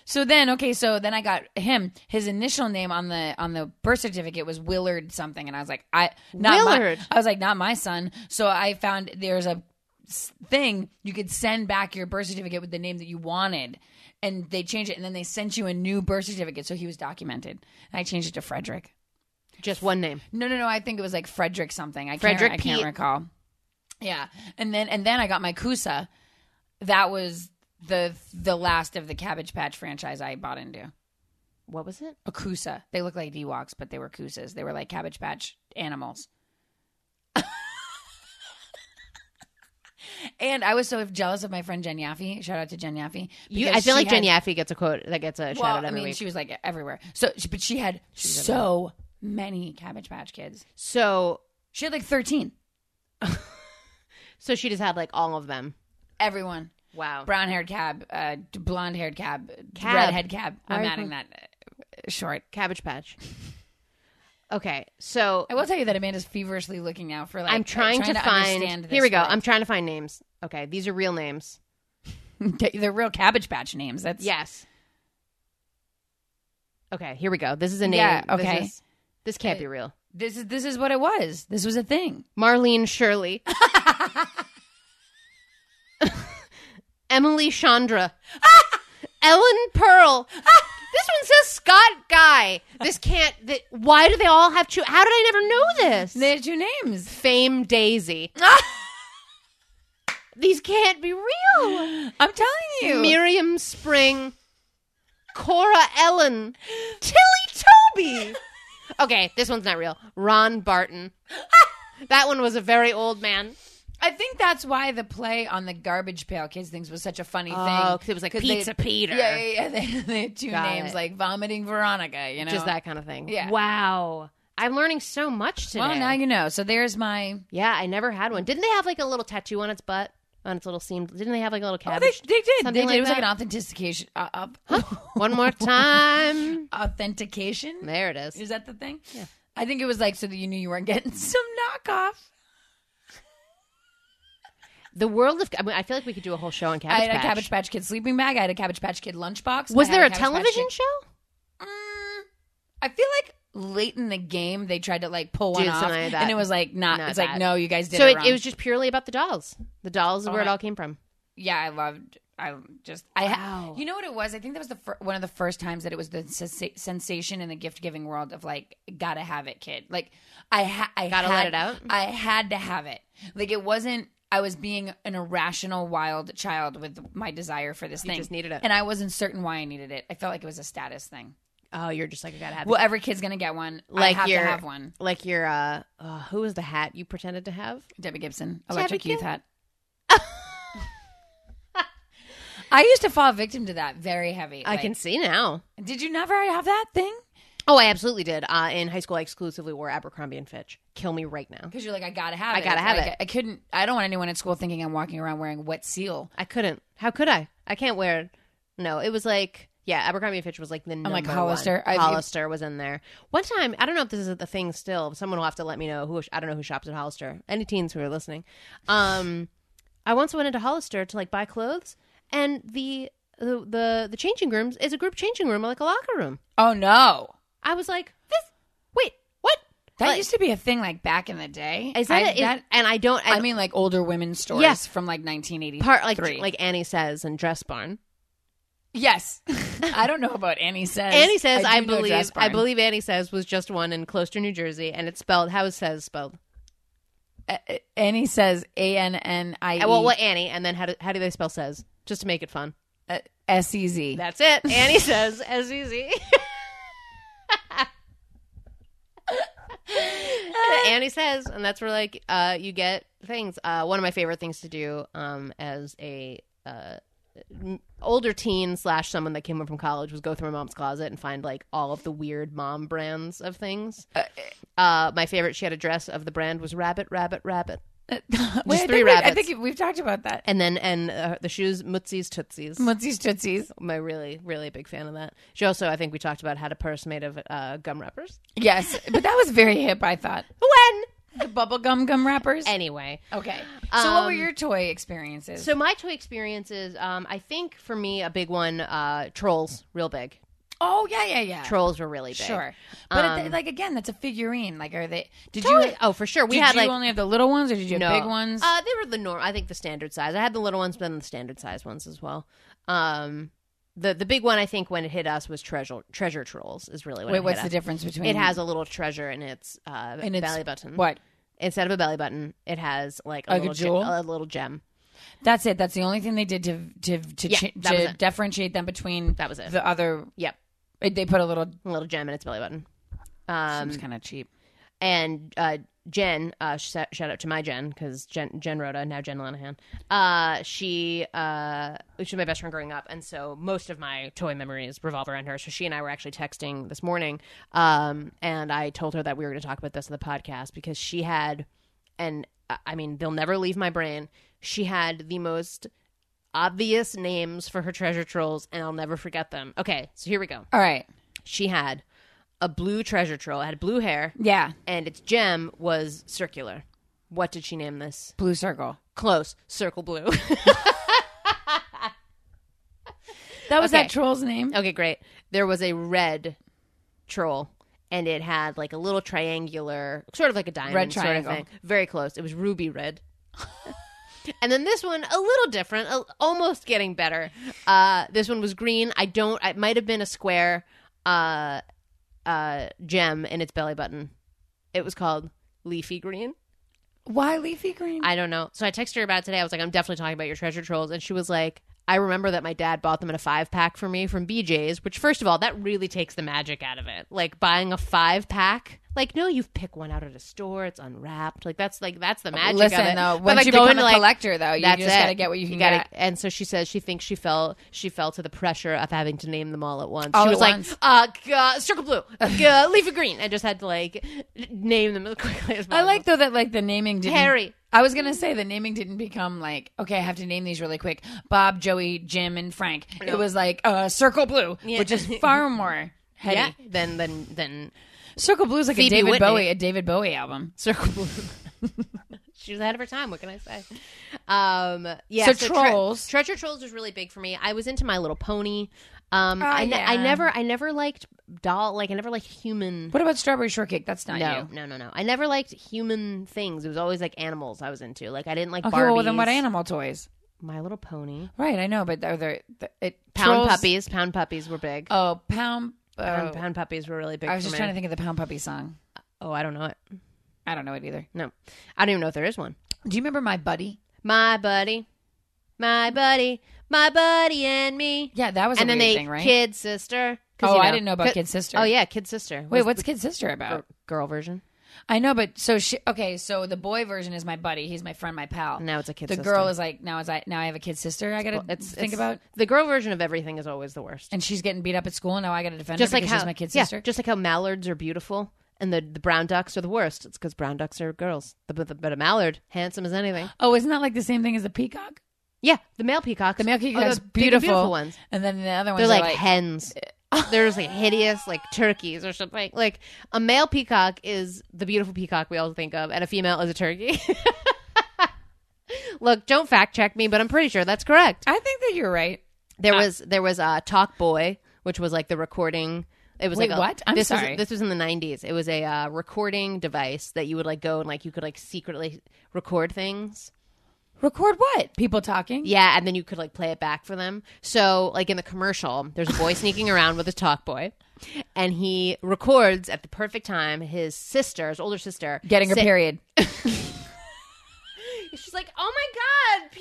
Speaker 2: So then, okay, so then I got him. His initial name on the on the birth certificate was Willard something, and I was like, I not my-
Speaker 1: Willard.
Speaker 2: I was like, not my son. So I found there's a s- thing you could send back your birth certificate with the name that you wanted, and they changed it, and then they sent you a new birth certificate. So he was documented. And I changed it to Frederick.
Speaker 1: Just one name.
Speaker 2: No, no, no. I think it was like Frederick something. I
Speaker 1: Frederick
Speaker 2: can't, I can't
Speaker 1: Pete.
Speaker 2: recall. Yeah, and then and then I got my Kusa. That was the the last of the Cabbage Patch franchise I bought into.
Speaker 1: What was it?
Speaker 2: A Kusa. They look like Ewoks, but they were Kusas. They were like Cabbage Patch animals. [laughs] and I was so jealous of my friend Jen Yaffe. Shout out to Jen Yaffe.
Speaker 1: You,
Speaker 2: because
Speaker 1: I feel
Speaker 2: she
Speaker 1: like Jen
Speaker 2: had-
Speaker 1: Yaffe gets a quote that gets a shout
Speaker 2: Well,
Speaker 1: out
Speaker 2: I
Speaker 1: every
Speaker 2: mean,
Speaker 1: week.
Speaker 2: she was like everywhere. So, she- but she had so many Cabbage Patch Kids.
Speaker 1: so
Speaker 2: She had like thirteen.
Speaker 1: so she just had like all of them.
Speaker 2: Everyone.
Speaker 1: Wow.
Speaker 2: brown haired cab, uh, blonde haired cab,
Speaker 1: Cab.
Speaker 2: red head cab. I'm
Speaker 1: Why are you
Speaker 2: adding that uh, short.
Speaker 1: Cabbage Patch. Okay, so
Speaker 2: I will tell you that Amanda's feverishly looking out for like.
Speaker 1: I'm trying, to,
Speaker 2: understand
Speaker 1: find.
Speaker 2: this
Speaker 1: Here we go.
Speaker 2: word.
Speaker 1: I'm trying to find names. Okay, these are real names.
Speaker 2: They're real Cabbage Patch names. That's
Speaker 1: Yes. Okay, here we go. This is a name.
Speaker 2: Yeah,
Speaker 1: This
Speaker 2: okay. Uh,
Speaker 1: is- this can't be real.
Speaker 2: This is this is what it was. This was a thing.
Speaker 1: Marlene
Speaker 2: [laughs]
Speaker 1: Shirley. [laughs] Emily Chandra. [laughs] Ellen
Speaker 2: [laughs]
Speaker 1: Pearl. this one says Scott Guy. This can't. Th- why do they all have two? How did I never know this?
Speaker 2: They had two names.
Speaker 1: Fame
Speaker 2: [laughs]
Speaker 1: Daisy. These can't be real.
Speaker 2: I'm telling you,
Speaker 1: Miriam Spring. Cora Ellen. Tilly Toby. Okay, this one's not real. Ron Barton. that one was a very old man.
Speaker 2: I think that's why the play on the Garbage Pail Kids things was such a funny thing.
Speaker 1: Oh, 'cause it was like
Speaker 2: 'Cause
Speaker 1: Pizza Peter.
Speaker 2: Yeah, yeah, yeah. [laughs] They, they had two
Speaker 1: Got
Speaker 2: names
Speaker 1: it.
Speaker 2: like vomiting Veronica. You know,
Speaker 1: Just that kind of thing.
Speaker 2: Yeah.
Speaker 1: Wow. I'm learning so much today.
Speaker 2: Well, now you know. So there's my.
Speaker 1: yeah, I never had one. Didn't they have like a little tattoo on its butt? On its little seam? Didn't they have like a little
Speaker 2: Oh, they, [laughs]
Speaker 1: cabbage?
Speaker 2: they did.
Speaker 1: Something
Speaker 2: they did.
Speaker 1: like
Speaker 2: it was like
Speaker 1: that?
Speaker 2: an authentication. Uh, uh,
Speaker 1: One more time.
Speaker 2: [laughs] authentication.
Speaker 1: There it is.
Speaker 2: Is that the thing? Yeah. I think it was like so that you knew you weren't getting [laughs] some knockoff.
Speaker 1: The world of. I, mean, I feel like we could do a whole show on
Speaker 2: I
Speaker 1: Cabbage
Speaker 2: had
Speaker 1: Patch.
Speaker 2: a Cabbage Patch Kid sleeping bag. I had a Cabbage Patch Kid lunchbox.
Speaker 1: Was
Speaker 2: I had
Speaker 1: there a,
Speaker 2: Cabbage Patch
Speaker 1: television
Speaker 2: Kid-
Speaker 1: show?
Speaker 2: Mm, I feel like late in the game they tried to like pull one
Speaker 1: Do
Speaker 2: off,
Speaker 1: something like that.
Speaker 2: and it was like not.
Speaker 1: Not
Speaker 2: it's
Speaker 1: that.
Speaker 2: like no, you guys did
Speaker 1: so
Speaker 2: it,
Speaker 1: it,
Speaker 2: wrong.
Speaker 1: it was just purely about the dolls. The dolls is where it
Speaker 2: my-
Speaker 1: all came from.
Speaker 2: yeah, I loved. I just I
Speaker 1: Wow.
Speaker 2: you know what it was? I think that was the fir- one of the first times that it was the sensa- sensation in the gift giving world of like gotta have it, kid. Like I ha- I
Speaker 1: Gotta
Speaker 2: had,
Speaker 1: let it out?
Speaker 2: I had to have it. Like it wasn't. I was being an irrational wild child with my desire for this thing.
Speaker 1: just needed it.
Speaker 2: and I wasn't certain why I needted it. I felt like it was a status thing.
Speaker 1: Oh, you're just like I gotta have.
Speaker 2: Well, every kid's gonna get one.
Speaker 1: Like
Speaker 2: I have
Speaker 1: your-
Speaker 2: to have one.
Speaker 1: like your uh, uh, who was the hat you pretended to have?
Speaker 2: Debbie Gibson, electric
Speaker 1: Gib-
Speaker 2: youth hat. [laughs] I used to fall victim to that very heavy.
Speaker 1: I can see now.
Speaker 2: Did you never have that thing?
Speaker 1: Oh, I absolutely did. Uh, in high school, I exclusively wore Abercrombie and Fitch. Kill me right now.
Speaker 2: Because you're like, I gotta have it.
Speaker 1: I gotta
Speaker 2: It's
Speaker 1: have
Speaker 2: like,
Speaker 1: it.
Speaker 2: I couldn't. I don't want anyone at school thinking I'm walking around wearing wet seal.
Speaker 1: I couldn't. How could I? I can't wear. it. No, it was like yeah, Abercrombie and Fitch was like the number
Speaker 2: like,
Speaker 1: one.
Speaker 2: Oh Hollister. I've-
Speaker 1: Hollister was in there. One time, I don't know if this is the thing still. Someone will have to let me know who. I don't know who shops at Hollister. Any teens who are listening, um, I once went into Hollister to like buy clothes, and the the the, the changing rooms is a group changing room, like a locker room.
Speaker 2: Oh no,
Speaker 1: I was like, this. Wait, what?
Speaker 2: that
Speaker 1: Like,
Speaker 2: used to be a thing like back in the day.
Speaker 1: is that,
Speaker 2: I,
Speaker 1: it? Is- And I don't.
Speaker 2: I
Speaker 1: and
Speaker 2: mean, like older women's stores
Speaker 1: Yeah.
Speaker 2: from like 1983.
Speaker 1: part like like Annie says in Dress Barn. [laughs]
Speaker 2: yes. I don't know about Annie says.
Speaker 1: Annie says,
Speaker 2: do
Speaker 1: I,
Speaker 2: know
Speaker 1: believe,
Speaker 2: Dress
Speaker 1: I
Speaker 2: Barn.
Speaker 1: believe Annie says was just one in Cloister, New Jersey, and it's spelled how is says spelled.
Speaker 2: A- Annie says A N N I
Speaker 1: Uh, Well,
Speaker 2: E
Speaker 1: what Annie, and then how do, how do they spell says? Just to make it fun.
Speaker 2: uh, S E Z.
Speaker 1: That's it. Annie says as easy. Annie says, and that's where like uh, you get things. Uh, one of my favorite things to do um, as a uh, m- older teen slash someone that came home from college was go through my mom's closet and find like all of the weird mom brands of things. Uh, my favorite, she had a dress of the brand was rabbit, rabbit, rabbit,
Speaker 2: [laughs] Wait, I
Speaker 1: three
Speaker 2: think we- I
Speaker 1: rabbits.
Speaker 2: think we've talked about that.
Speaker 1: and then and uh, the shoes Mootsies Tootsies.
Speaker 2: [laughs] Mootsies Tootsies.
Speaker 1: I'm a really, really big fan of that. She also, I think we talked about had a purse made of uh, gum wrappers.
Speaker 2: Yes, but that was very hip. I thought
Speaker 1: When?
Speaker 2: [laughs] the bubblegum gum wrappers.
Speaker 1: Anyway.
Speaker 2: Okay. So, what were
Speaker 1: Um,
Speaker 2: your toy experiences?
Speaker 1: So my toy experiences, um, I think for me, a big one, uh, trolls, real big.
Speaker 2: oh yeah, yeah, yeah.
Speaker 1: Trolls were really big.
Speaker 2: Sure, but it-
Speaker 1: Um,
Speaker 2: like again, that's a figurine. Like, are they? Did
Speaker 1: Totally.
Speaker 2: you?
Speaker 1: oh, for sure. We
Speaker 2: did
Speaker 1: had
Speaker 2: you
Speaker 1: like
Speaker 2: only have the little ones, or did you have
Speaker 1: no.
Speaker 2: big ones?
Speaker 1: Uh, they were the norm. I think the standard size. I had the little ones, but then the standard size ones as well. Um, the the big one I think when it hit us was treasure treasure trolls is really what
Speaker 2: Wait,
Speaker 1: it
Speaker 2: what's
Speaker 1: hit
Speaker 2: the
Speaker 1: us.
Speaker 2: difference between?
Speaker 1: It has a little treasure in its uh
Speaker 2: In its
Speaker 1: belly button.
Speaker 2: what?
Speaker 1: instead of a belly button, it has like a
Speaker 2: Like a
Speaker 1: little
Speaker 2: jewel?
Speaker 1: Gem, a little gem.
Speaker 2: That's it. That's the only thing they did to to to,
Speaker 1: Yeah,
Speaker 2: chi-
Speaker 1: that was
Speaker 2: to
Speaker 1: it.
Speaker 2: differentiate them between
Speaker 1: That was it.
Speaker 2: the other.
Speaker 1: Yep.
Speaker 2: it- They put a little.
Speaker 1: A little gem in its belly button. Um,
Speaker 2: seems kind of cheap.
Speaker 1: and uh, Jen, uh, sh- shout out to my Jen because Jen, Jen Rhoda, now Jen Lanahan. Uh, she, uh, she was my best friend growing up, and so most of my toy memories revolve around her. So she and I were actually texting this morning, um, and I told her that we were going to talk about this in the podcast because she had, and uh, I mean they'll never leave my brain. She had the most obvious names for her treasure trolls, and I'll never forget them. Okay, so here we go.
Speaker 2: All right.
Speaker 1: She had a blue treasure troll. It had blue hair
Speaker 2: Yeah.
Speaker 1: and its gem was circular. What did she name this?
Speaker 2: Blue circle.
Speaker 1: Close, circle blue. [laughs]
Speaker 2: That was
Speaker 1: Okay.
Speaker 2: that troll's name.
Speaker 1: okay, great. There was a red troll, and it had like a little triangular, sort of like a diamond,
Speaker 2: Red
Speaker 1: sort of
Speaker 2: triangle.
Speaker 1: thing. Very close. It was ruby red. [laughs] and then this one, a little different, a, almost getting better. Uh, this one was green. I don't. It might have been a square uh, uh, gem in its belly button. It was called leafy green.
Speaker 2: Why leafy green?
Speaker 1: I don't know. So I texted her about it today. I was like, I'm definitely talking about your treasure trolls. And she was like, I remember that my dad bought them in a five pack for me from BJ's, which, first of all, that really takes the magic out of it. Like buying a five pack. Like, no, you pick one out at a store, it's unwrapped. Like, that's like, that's the magic
Speaker 2: Listen
Speaker 1: of it.
Speaker 2: though,
Speaker 1: But,
Speaker 2: once
Speaker 1: like,
Speaker 2: you
Speaker 1: going
Speaker 2: become a
Speaker 1: to, like,
Speaker 2: collector though, you
Speaker 1: that's
Speaker 2: just
Speaker 1: it.
Speaker 2: gotta get what you can
Speaker 1: gotta-
Speaker 2: get.
Speaker 1: And so she says she thinks she fell she fell to the pressure of having to name them all at once.
Speaker 2: All
Speaker 1: she
Speaker 2: at
Speaker 1: was like,
Speaker 2: once.
Speaker 1: uh, g- uh, circle blue, g- uh, leafy green. I just had to like n- name them as quickly as
Speaker 2: I
Speaker 1: possible.
Speaker 2: like though that like the naming didn't.
Speaker 1: Harry.
Speaker 2: I was gonna say the naming didn't become like okay, I have to name these really quick. Bob, Joey, Jim, and Frank. It was like uh, Circle Blue,
Speaker 1: Yeah.
Speaker 2: which is far
Speaker 1: [laughs]
Speaker 2: more heady.
Speaker 1: yeah. Then then then
Speaker 2: Circle Blue is like
Speaker 1: Phoebe
Speaker 2: a David
Speaker 1: Whitney.
Speaker 2: Bowie, a David Bowie album.
Speaker 1: Circle Blue. she was ahead of her time. What can I say? Um, yeah.
Speaker 2: So
Speaker 1: tre-
Speaker 2: Trolls.
Speaker 1: Treasure Trolls was really big for me. I was into My Little Pony. Um,
Speaker 2: Oh,
Speaker 1: I, ne- I
Speaker 2: yeah.
Speaker 1: never, I never liked doll. Like I never liked human.
Speaker 2: What about Strawberry Shortcake? That's not
Speaker 1: No,
Speaker 2: you.
Speaker 1: no, no, no. I never liked human things. It was always like animals. I was into. Like I didn't like.
Speaker 2: Okay,
Speaker 1: Barbies.
Speaker 2: well then what animal toys?
Speaker 1: My Little Pony.
Speaker 2: Right, I know, but are there the, it
Speaker 1: Pound
Speaker 2: trolls-
Speaker 1: puppies. Pound puppies were big.
Speaker 2: Oh, pound. Oh,
Speaker 1: Pound, pound puppies were really big.
Speaker 2: I was
Speaker 1: for
Speaker 2: just
Speaker 1: me.
Speaker 2: trying to think of the pound puppy song.
Speaker 1: Oh, I don't know it.
Speaker 2: I don't know it either.
Speaker 1: No, I don't even know if there is one.
Speaker 2: Do you remember my buddy?
Speaker 1: My buddy, my buddy, my buddy and me.
Speaker 2: Yeah, that was
Speaker 1: and
Speaker 2: a
Speaker 1: then
Speaker 2: weird
Speaker 1: they
Speaker 2: thing, right?
Speaker 1: kid sister. 'Cause,
Speaker 2: oh,
Speaker 1: you
Speaker 2: I didn't know about
Speaker 1: Ki-
Speaker 2: Kid Sister.
Speaker 1: Oh yeah, kid sister.
Speaker 2: Wait,
Speaker 1: was
Speaker 2: what's
Speaker 1: the
Speaker 2: Kid Sister about?
Speaker 1: gir- girl version?
Speaker 2: I know, but so she okay. So the boy version is my buddy. He's my friend, my pal.
Speaker 1: Now it's a kid.
Speaker 2: the
Speaker 1: sister.
Speaker 2: girl is like now is I now I have a kid sister. I gotta
Speaker 1: It's
Speaker 2: think
Speaker 1: it's-
Speaker 2: about,
Speaker 1: the girl version of everything is always the worst.
Speaker 2: and she's getting beat up at school. Now I gotta defend
Speaker 1: Just
Speaker 2: her
Speaker 1: like
Speaker 2: because
Speaker 1: how
Speaker 2: she's my kid
Speaker 1: yeah,
Speaker 2: sister.
Speaker 1: just like how mallards are beautiful and the, the brown ducks are the worst. It's because brown ducks are girls. The, but, the, but a mallard, handsome as
Speaker 2: [gasps]
Speaker 1: anything.
Speaker 2: oh, isn't that like the same thing as the peacock?
Speaker 1: Yeah, the male peacocks.
Speaker 2: The male
Speaker 1: are
Speaker 2: peacock is
Speaker 1: big and
Speaker 2: beautiful,
Speaker 1: Oh, ones.
Speaker 2: and then the other ones
Speaker 1: They're
Speaker 2: are
Speaker 1: like,
Speaker 2: like,
Speaker 1: hens. [laughs] They're just like hideous, like turkeys or something. Like a male peacock is the beautiful peacock we all think of, and a female is a turkey. [laughs] Look, don't fact check me, but I'm pretty sure that's correct.
Speaker 2: I think that you're right.
Speaker 1: There
Speaker 2: Ah.
Speaker 1: was there was uh, Talk Boy, which was like the recording. It was
Speaker 2: Wait,
Speaker 1: like a,
Speaker 2: what? I'm
Speaker 1: this
Speaker 2: sorry.
Speaker 1: Was, this was in the 90s. It was a uh, recording device that you would like go and like you could like secretly record things.
Speaker 2: Record what? People talking.
Speaker 1: Yeah, and then you could like play it back for them. So, like in the commercial, there's a
Speaker 2: [laughs]
Speaker 1: boy sneaking around with his talk boy, and he records at the perfect time his sister, his older sister,
Speaker 2: Getting her
Speaker 1: sit-
Speaker 2: period.
Speaker 1: She's like, "Oh my god,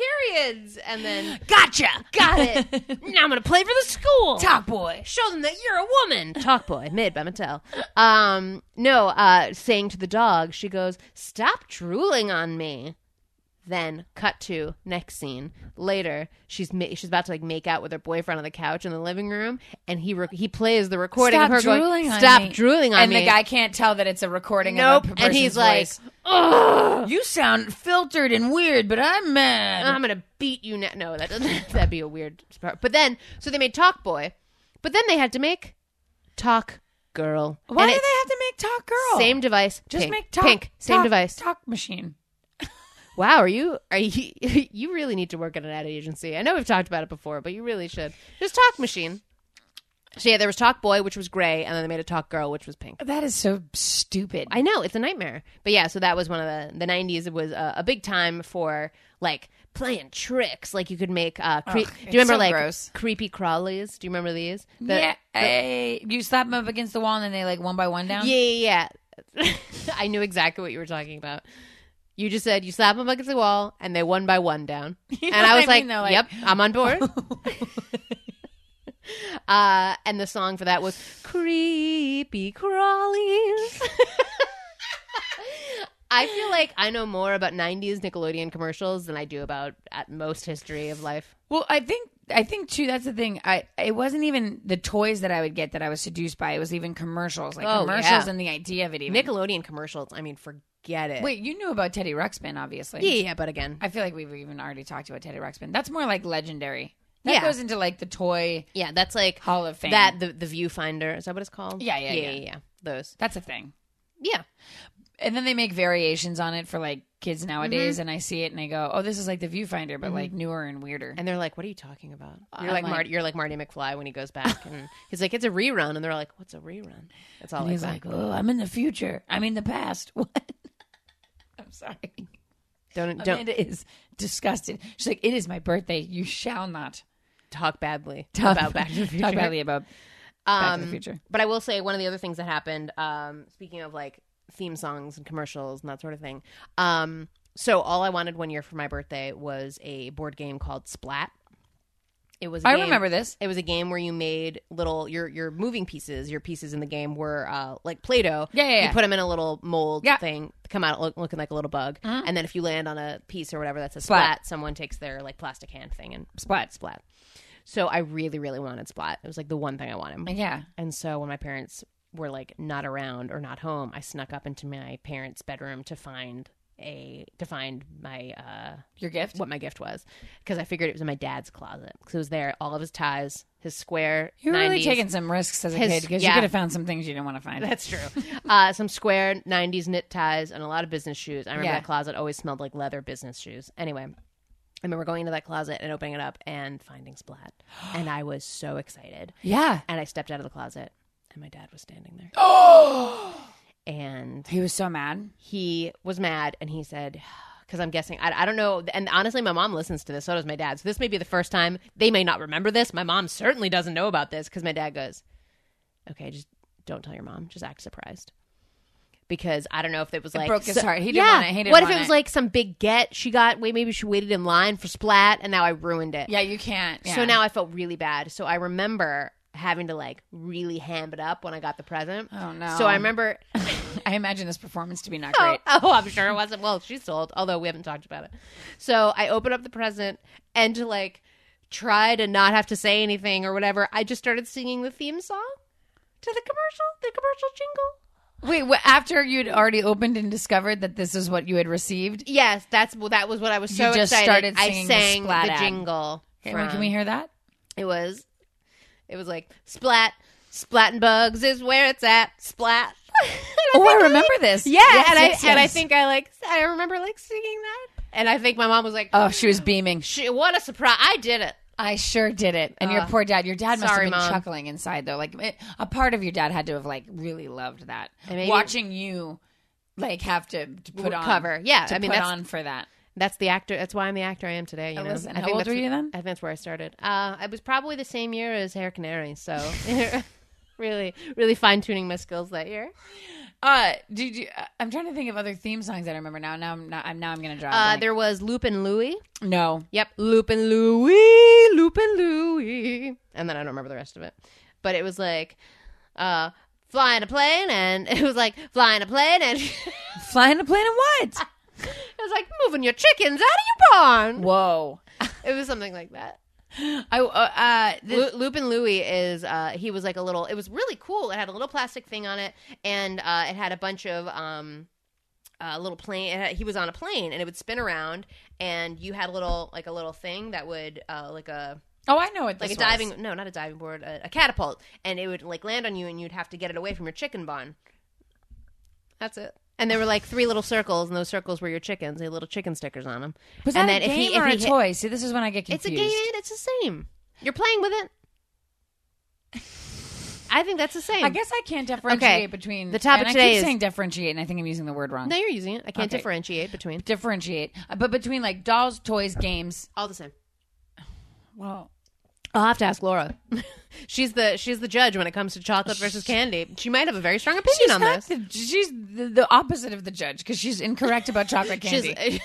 Speaker 1: periods!" And then
Speaker 2: [gasps] Gotcha.
Speaker 1: got
Speaker 2: [laughs]
Speaker 1: it. now I'm gonna play for the school.
Speaker 2: Talk boy.
Speaker 1: Show them that you're a woman. Talk boy, made by Mattel. Um, no, uh, saying to the dog, she goes, "Stop drooling on me." Then cut to next scene. Later, she's ma- she's about to like make out with her boyfriend on the couch in the living room, and he re- he plays the recording
Speaker 2: Stop
Speaker 1: of her
Speaker 2: drooling
Speaker 1: going,
Speaker 2: on
Speaker 1: "Stop
Speaker 2: me.
Speaker 1: drooling on
Speaker 2: and
Speaker 1: me."
Speaker 2: the guy can't tell that it's a recording.
Speaker 1: nope,
Speaker 2: Of a
Speaker 1: and he's
Speaker 2: person's
Speaker 1: like,
Speaker 2: voice.
Speaker 1: "Ugh,
Speaker 2: "You sound filtered and weird, but I'm mad."
Speaker 1: "Oh, I'm gonna beat you." now. No, that doesn't. [laughs] that'd be a weird part. But then, so they made Talk Boy, but then they had to make Talk Girl.
Speaker 2: Why
Speaker 1: And
Speaker 2: do they
Speaker 1: it's-
Speaker 2: have to make talk girl?
Speaker 1: Same device.
Speaker 2: Oh, Just
Speaker 1: pink.
Speaker 2: make talk.
Speaker 1: Pink. Same
Speaker 2: talk-
Speaker 1: device.
Speaker 2: Talk machine.
Speaker 1: Wow, are you are you [laughs] you really need to work at an ad agency? I know we've talked about it before, but you really should. Just talk machine. So yeah, there was Talk Boy, which was gray, and then they made a Talk Girl, which was pink.
Speaker 2: That is so stupid.
Speaker 1: I know it's a nightmare, but yeah. So that was one of the the nineties. It was a, a big time for like playing tricks. Like you could make. Uh, cre-
Speaker 2: Ugh,
Speaker 1: do you
Speaker 2: it's
Speaker 1: remember
Speaker 2: so
Speaker 1: like
Speaker 2: gross.
Speaker 1: creepy crawlies? Do you remember these? The-
Speaker 2: yeah, I- you slap them up against the wall and then they like one by one
Speaker 1: [laughs]
Speaker 2: down.
Speaker 1: Yeah, yeah, yeah. I knew exactly what you were talking about. You just said you slap them against the wall, and they one by one
Speaker 2: [laughs]
Speaker 1: down. and
Speaker 2: know
Speaker 1: I was
Speaker 2: what I
Speaker 1: like,
Speaker 2: mean, though, like-
Speaker 1: "Yep, I'm on
Speaker 2: [laughs]
Speaker 1: board." [laughs] uh, and the song for that was "Creepy Crawlies." [laughs] I feel like I know more about '90s Nickelodeon commercials than I do about at most history of life.
Speaker 2: Well, I think I think too. That's the thing. I it wasn't even the toys that I would get that I was seduced by. It was even commercials, like
Speaker 1: Oh,
Speaker 2: commercials
Speaker 1: yeah.
Speaker 2: and the idea of it. Even
Speaker 1: Nickelodeon commercials. I mean, forget it.
Speaker 2: Mm. wait, you knew about Teddy Ruxpin, obviously.
Speaker 1: yeah, yeah, but again,
Speaker 2: I feel like we've even already talked about Teddy Ruxpin. That's more like legendary. That
Speaker 1: Yeah.
Speaker 2: goes into like the toy
Speaker 1: yeah, that's like
Speaker 2: Hall of Fame.
Speaker 1: that. The the viewfinder is that what it's called?
Speaker 2: Yeah, yeah, yeah.
Speaker 1: yeah. yeah. Those.
Speaker 2: that's a thing.
Speaker 1: Yeah.
Speaker 2: And then they make variations on it for like kids nowadays, and I see it and I go, "Oh, this is like the viewfinder, but like newer Mm-hmm. and weirder."
Speaker 1: And they're like, "What are you talking about?" You're
Speaker 2: I'm
Speaker 1: like,
Speaker 2: like-
Speaker 1: Marty. You're like Marty McFly when he goes back,
Speaker 2: [laughs]
Speaker 1: and he's like, "It's a rerun," and they're like, "What's a rerun?" It's all
Speaker 2: And
Speaker 1: like
Speaker 2: he's
Speaker 1: that.
Speaker 2: like, "Oh, I'm in the future. I'm in the past." [laughs] What? I'm sorry.
Speaker 1: don't don't
Speaker 2: Amanda is disgusted. She's like, "It is my birthday. You shall not
Speaker 1: talk badly
Speaker 2: [laughs] talk
Speaker 1: about Back to the Future.
Speaker 2: Talk badly about Back to the
Speaker 1: Um,
Speaker 2: Future.
Speaker 1: But I will say one of the other things that happened. Um, speaking of like theme songs and commercials and that sort of thing. Um, so all I wanted one year for my birthday was a board game called Splat. It was. I
Speaker 2: I remember this.
Speaker 1: It was a game where you made little your your moving pieces. Your pieces in the game were uh, like Play-Doh.
Speaker 2: Yeah, yeah, yeah.
Speaker 1: You put them in a little mold
Speaker 2: Yeah. Mm-hmm.
Speaker 1: thing, come out look, looking like a little bug, and then if you land on a piece or whatever that's a
Speaker 2: Splat.
Speaker 1: splat, someone takes their like plastic hand thing and
Speaker 2: Splat.
Speaker 1: splat. So I really, really wanted splat. It was like the one thing I wanted.
Speaker 2: Yeah.
Speaker 1: And so when my parents were like not around or not home, I snuck up into my parents' bedroom to find a to find my uh
Speaker 2: Your gift?
Speaker 1: what my gift was because I figured it was in my dad's closet because it was there all of his ties, his square.
Speaker 2: You're really
Speaker 1: 90s
Speaker 2: taking [laughs] some risks as a
Speaker 1: His-
Speaker 2: kid because you
Speaker 1: yeah.
Speaker 2: could have found some things you didn't want to find.
Speaker 1: That's true. [laughs] uh, some square '90s knit ties and a lot of business shoes. I remember
Speaker 2: Yeah.
Speaker 1: that closet always smelled like leather business shoes. Anyway, I remember going into that closet and opening it up and finding
Speaker 2: [gasps]
Speaker 1: splat, and I was so excited.
Speaker 2: yeah.
Speaker 1: And I stepped out of the closet, and my dad was standing
Speaker 2: [gasps]
Speaker 1: there. and
Speaker 2: He was so mad.
Speaker 1: he was mad, and he said. [sighs] Because I'm guessing, I, I don't know. And honestly, my mom listens to this. So does my dad. So this may be the first time they may not remember this. My mom certainly doesn't know about this because my dad goes, "Okay, just don't tell your mom. Just act surprised." Because I don't know if it was like
Speaker 2: broke his heart. He didn't
Speaker 1: yeah.
Speaker 2: want it. He didn't
Speaker 1: what if
Speaker 2: want
Speaker 1: it was
Speaker 2: it.
Speaker 1: like some big get she got? Wait, maybe she waited in line for splat, and now I ruined it.
Speaker 2: Yeah, you can't. yeah.
Speaker 1: So now I felt really bad. So I remember having to like really ham it up when I got the present.
Speaker 2: Oh, no.
Speaker 1: So I remember.
Speaker 2: [laughs] I imagine this performance to be not great.
Speaker 1: [laughs] Oh, oh, I'm sure it wasn't. Well, she's sold, although we haven't talked about it. So I opened up the present and to like try to not have to say anything or whatever. I just started singing the theme song to the commercial, the commercial jingle.
Speaker 2: Wait, what, after you'd already opened and discovered that this is what you had received,
Speaker 1: Yes, that's well, that was what I was so
Speaker 2: You just
Speaker 1: excited.
Speaker 2: started
Speaker 1: I
Speaker 2: singing the
Speaker 1: sang the,
Speaker 2: Splat ad.
Speaker 1: jingle.
Speaker 2: Okay, wait, can
Speaker 1: from-
Speaker 2: we hear that?
Speaker 1: It was, it was like splat, splat and bugs is where it's at. Splat. [laughs] And I
Speaker 2: Oh, I
Speaker 1: think
Speaker 2: remember this.
Speaker 1: Yeah,
Speaker 2: Yes,
Speaker 1: and I
Speaker 2: yes,
Speaker 1: and I
Speaker 2: yes.
Speaker 1: think I like I remember like singing that, and I think my mom was like,
Speaker 2: Oh, she was beaming.
Speaker 1: "Shit, what a surprise! I did it."
Speaker 2: I sure did it. And your
Speaker 1: Ugh.
Speaker 2: poor dad, your dad must
Speaker 1: Uh, Sorry,
Speaker 2: have been
Speaker 1: Mom.
Speaker 2: chuckling inside though. Like it, a part of your dad had to have like really loved that.
Speaker 1: And maybe-
Speaker 2: Watching you like have to, to put on
Speaker 1: cover. Yeah,
Speaker 2: to
Speaker 1: I mean
Speaker 2: put
Speaker 1: that's
Speaker 2: on for that.
Speaker 1: that's the actor. That's why I'm the actor I am today. You
Speaker 2: Oh,
Speaker 1: know,
Speaker 2: listen,
Speaker 1: I
Speaker 2: how old
Speaker 1: that's
Speaker 2: were you then?
Speaker 1: I think that's where I started. Uh, I was probably the same year as Hair Canary, so [laughs] really, really fine tuning my skills that year.
Speaker 2: Uh, did you? uh, I'm trying to think of other theme songs that I remember now. Now I'm not. I'm now I'm gonna draw. a
Speaker 1: Uh,
Speaker 2: blank.
Speaker 1: there was Loop and Louie.
Speaker 2: no.
Speaker 1: Yep, Loop and Louie, Loop and Louie, and then I don't remember the rest of it. But it was like, uh, flying a plane, and [laughs] it was like flying a plane, and [laughs] it
Speaker 2: Flying a plane and
Speaker 1: [laughs]
Speaker 2: what?
Speaker 1: was like moving your chickens out of your barn.
Speaker 2: Whoa.
Speaker 1: It was something like that.
Speaker 2: I uh, uh this,
Speaker 1: Lu- Lupin Louie is uh, he was like a little. It was really cool. It had a little plastic thing on it, and uh, it had a bunch of um, uh, little plane. It had, he was on a plane, and it would spin around, and you had a little like a little thing that would uh, like a
Speaker 2: oh I know what
Speaker 1: like
Speaker 2: this
Speaker 1: a
Speaker 2: was.
Speaker 1: diving no not a diving board a, a catapult, and it would like land on you, and you'd have to get it away from your chicken barn. That's it. And there were like three little circles, and those circles were your chickens. They had little chicken stickers on them.
Speaker 2: Was that
Speaker 1: and
Speaker 2: a game or a
Speaker 1: hit-
Speaker 2: toy? See, this is when I get confused.
Speaker 1: it's a game. It's the same. You're playing with it. I think that's the same.
Speaker 2: I guess I can't differentiate between
Speaker 1: The topic
Speaker 2: and I
Speaker 1: today
Speaker 2: keep
Speaker 1: is-
Speaker 2: saying differentiate, and I think I'm using the word wrong.
Speaker 1: No, you're using it. I can't
Speaker 2: Okay.
Speaker 1: differentiate between
Speaker 2: differentiate, Uh, but between like dolls, toys, games.
Speaker 1: all the same.
Speaker 2: Well,
Speaker 1: I'll have to ask Laura. [laughs] she's the she's the judge when it comes to chocolate versus candy. She might have a very strong opinion
Speaker 2: She's
Speaker 1: on
Speaker 2: not
Speaker 1: this.
Speaker 2: the- she's the, the opposite of the judge because she's incorrect about [laughs] chocolate candy.
Speaker 1: She's,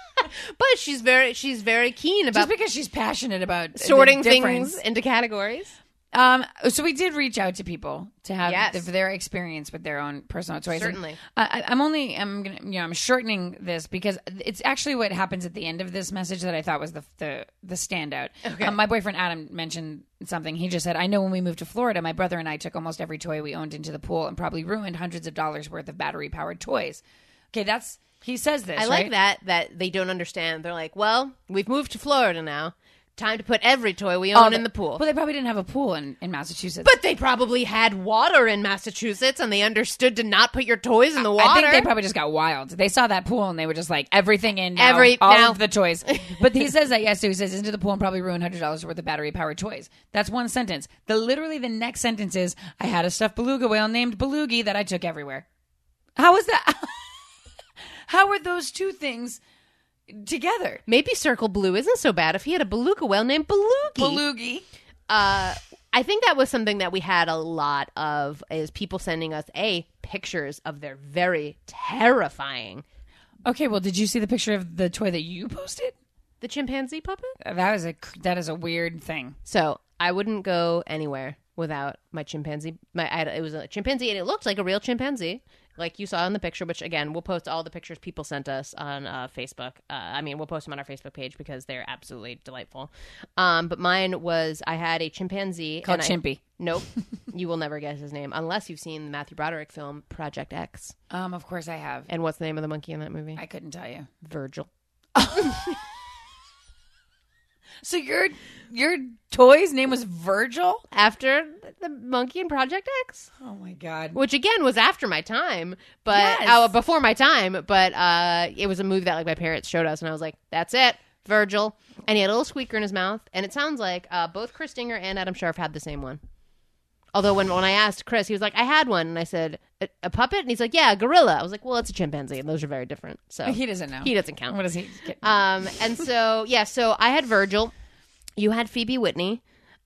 Speaker 1: [laughs] but she's very she's very keen
Speaker 2: just
Speaker 1: about
Speaker 2: because she's passionate about the
Speaker 1: sorting
Speaker 2: difference.
Speaker 1: things into categories.
Speaker 2: Um, so we did reach out to people to have
Speaker 1: Yes.
Speaker 2: th- their experience with their own personal choice. And
Speaker 1: Certainly.
Speaker 2: I, I- I'm only I'm gonna you know I'm shortening this because it's actually what happens at the end of this message that I thought was the the, the standout.
Speaker 1: Okay.
Speaker 2: Um, my boyfriend Adam mentioned something. He just said, "I know when we moved to Florida, my brother and I took almost every toy we owned into the pool and probably ruined hundreds of dollars worth of battery powered toys." Okay, that's he says this.
Speaker 1: I like
Speaker 2: right?
Speaker 1: that that they don't understand. They're like, well, we've moved to Florida now. Time to put every toy we own
Speaker 2: Oh,
Speaker 1: in the pool.
Speaker 2: Well, they probably didn't have a pool in, in Massachusetts.
Speaker 1: But they probably had water in Massachusetts, and they understood to not put your toys in the water.
Speaker 2: I think they probably just got wild. They saw that pool and they were just like everything in now,
Speaker 1: Every-
Speaker 2: all
Speaker 1: now.
Speaker 2: of the [laughs] toys. But he says that yes, so he says into the pool and probably ruin hundred dollars worth of battery powered toys. That's one sentence. The literally the next sentence is I had a stuffed beluga whale named Belugi that I took everywhere. How was that? [laughs] How are those two things together?
Speaker 1: Maybe Circle Blue isn't so bad if he had a beluga whale named Belugi.
Speaker 2: Belugi.
Speaker 1: uh, I think that was something that we had a lot of is people sending us a pictures of their very terrifying
Speaker 2: Okay, well, did you see the picture of the toy that you posted?
Speaker 1: the chimpanzee puppet.
Speaker 2: That was a cr- that is a weird thing.
Speaker 1: So I wouldn't go anywhere without my chimpanzee. My I, had- it was a chimpanzee, and it looked like a real chimpanzee, like you saw in the picture. Which again, we'll post all the pictures people sent us on uh, Facebook. Uh, I mean, we'll post them on our Facebook page because they're absolutely delightful. Um, but mine was I had a chimpanzee
Speaker 2: Called
Speaker 1: and I-
Speaker 2: Chimpy.
Speaker 1: nope, [laughs] you will never guess his name unless you've seen the Matthew Broderick film Project X.
Speaker 2: Um, of course I have.
Speaker 1: And what's the name of the monkey in that movie?
Speaker 2: I couldn't tell you.
Speaker 1: Virgil.
Speaker 2: So your your toy's name was Virgil?
Speaker 1: After the monkey in Project X.
Speaker 2: Oh my god.
Speaker 1: which again was after my time, but
Speaker 2: Yes.
Speaker 1: uh, before my time, but uh, it was a movie that like my parents showed us, and I was like, "That's it, Virgil." And he had a little squeaker in his mouth, and it sounds like uh, both Chris Dinger and Adam Sharf had the same one. Although when when I asked Chris, he was like, "I had one," and I said, "A, a puppet," and he's like, "Yeah, a gorilla." I was like, "Well, it's a chimpanzee, and those are very different." So
Speaker 2: [laughs] He doesn't know.
Speaker 1: He doesn't count.
Speaker 2: What does he get?
Speaker 1: Um, and so yeah, so I had Virgil, you had Phoebe Whitney.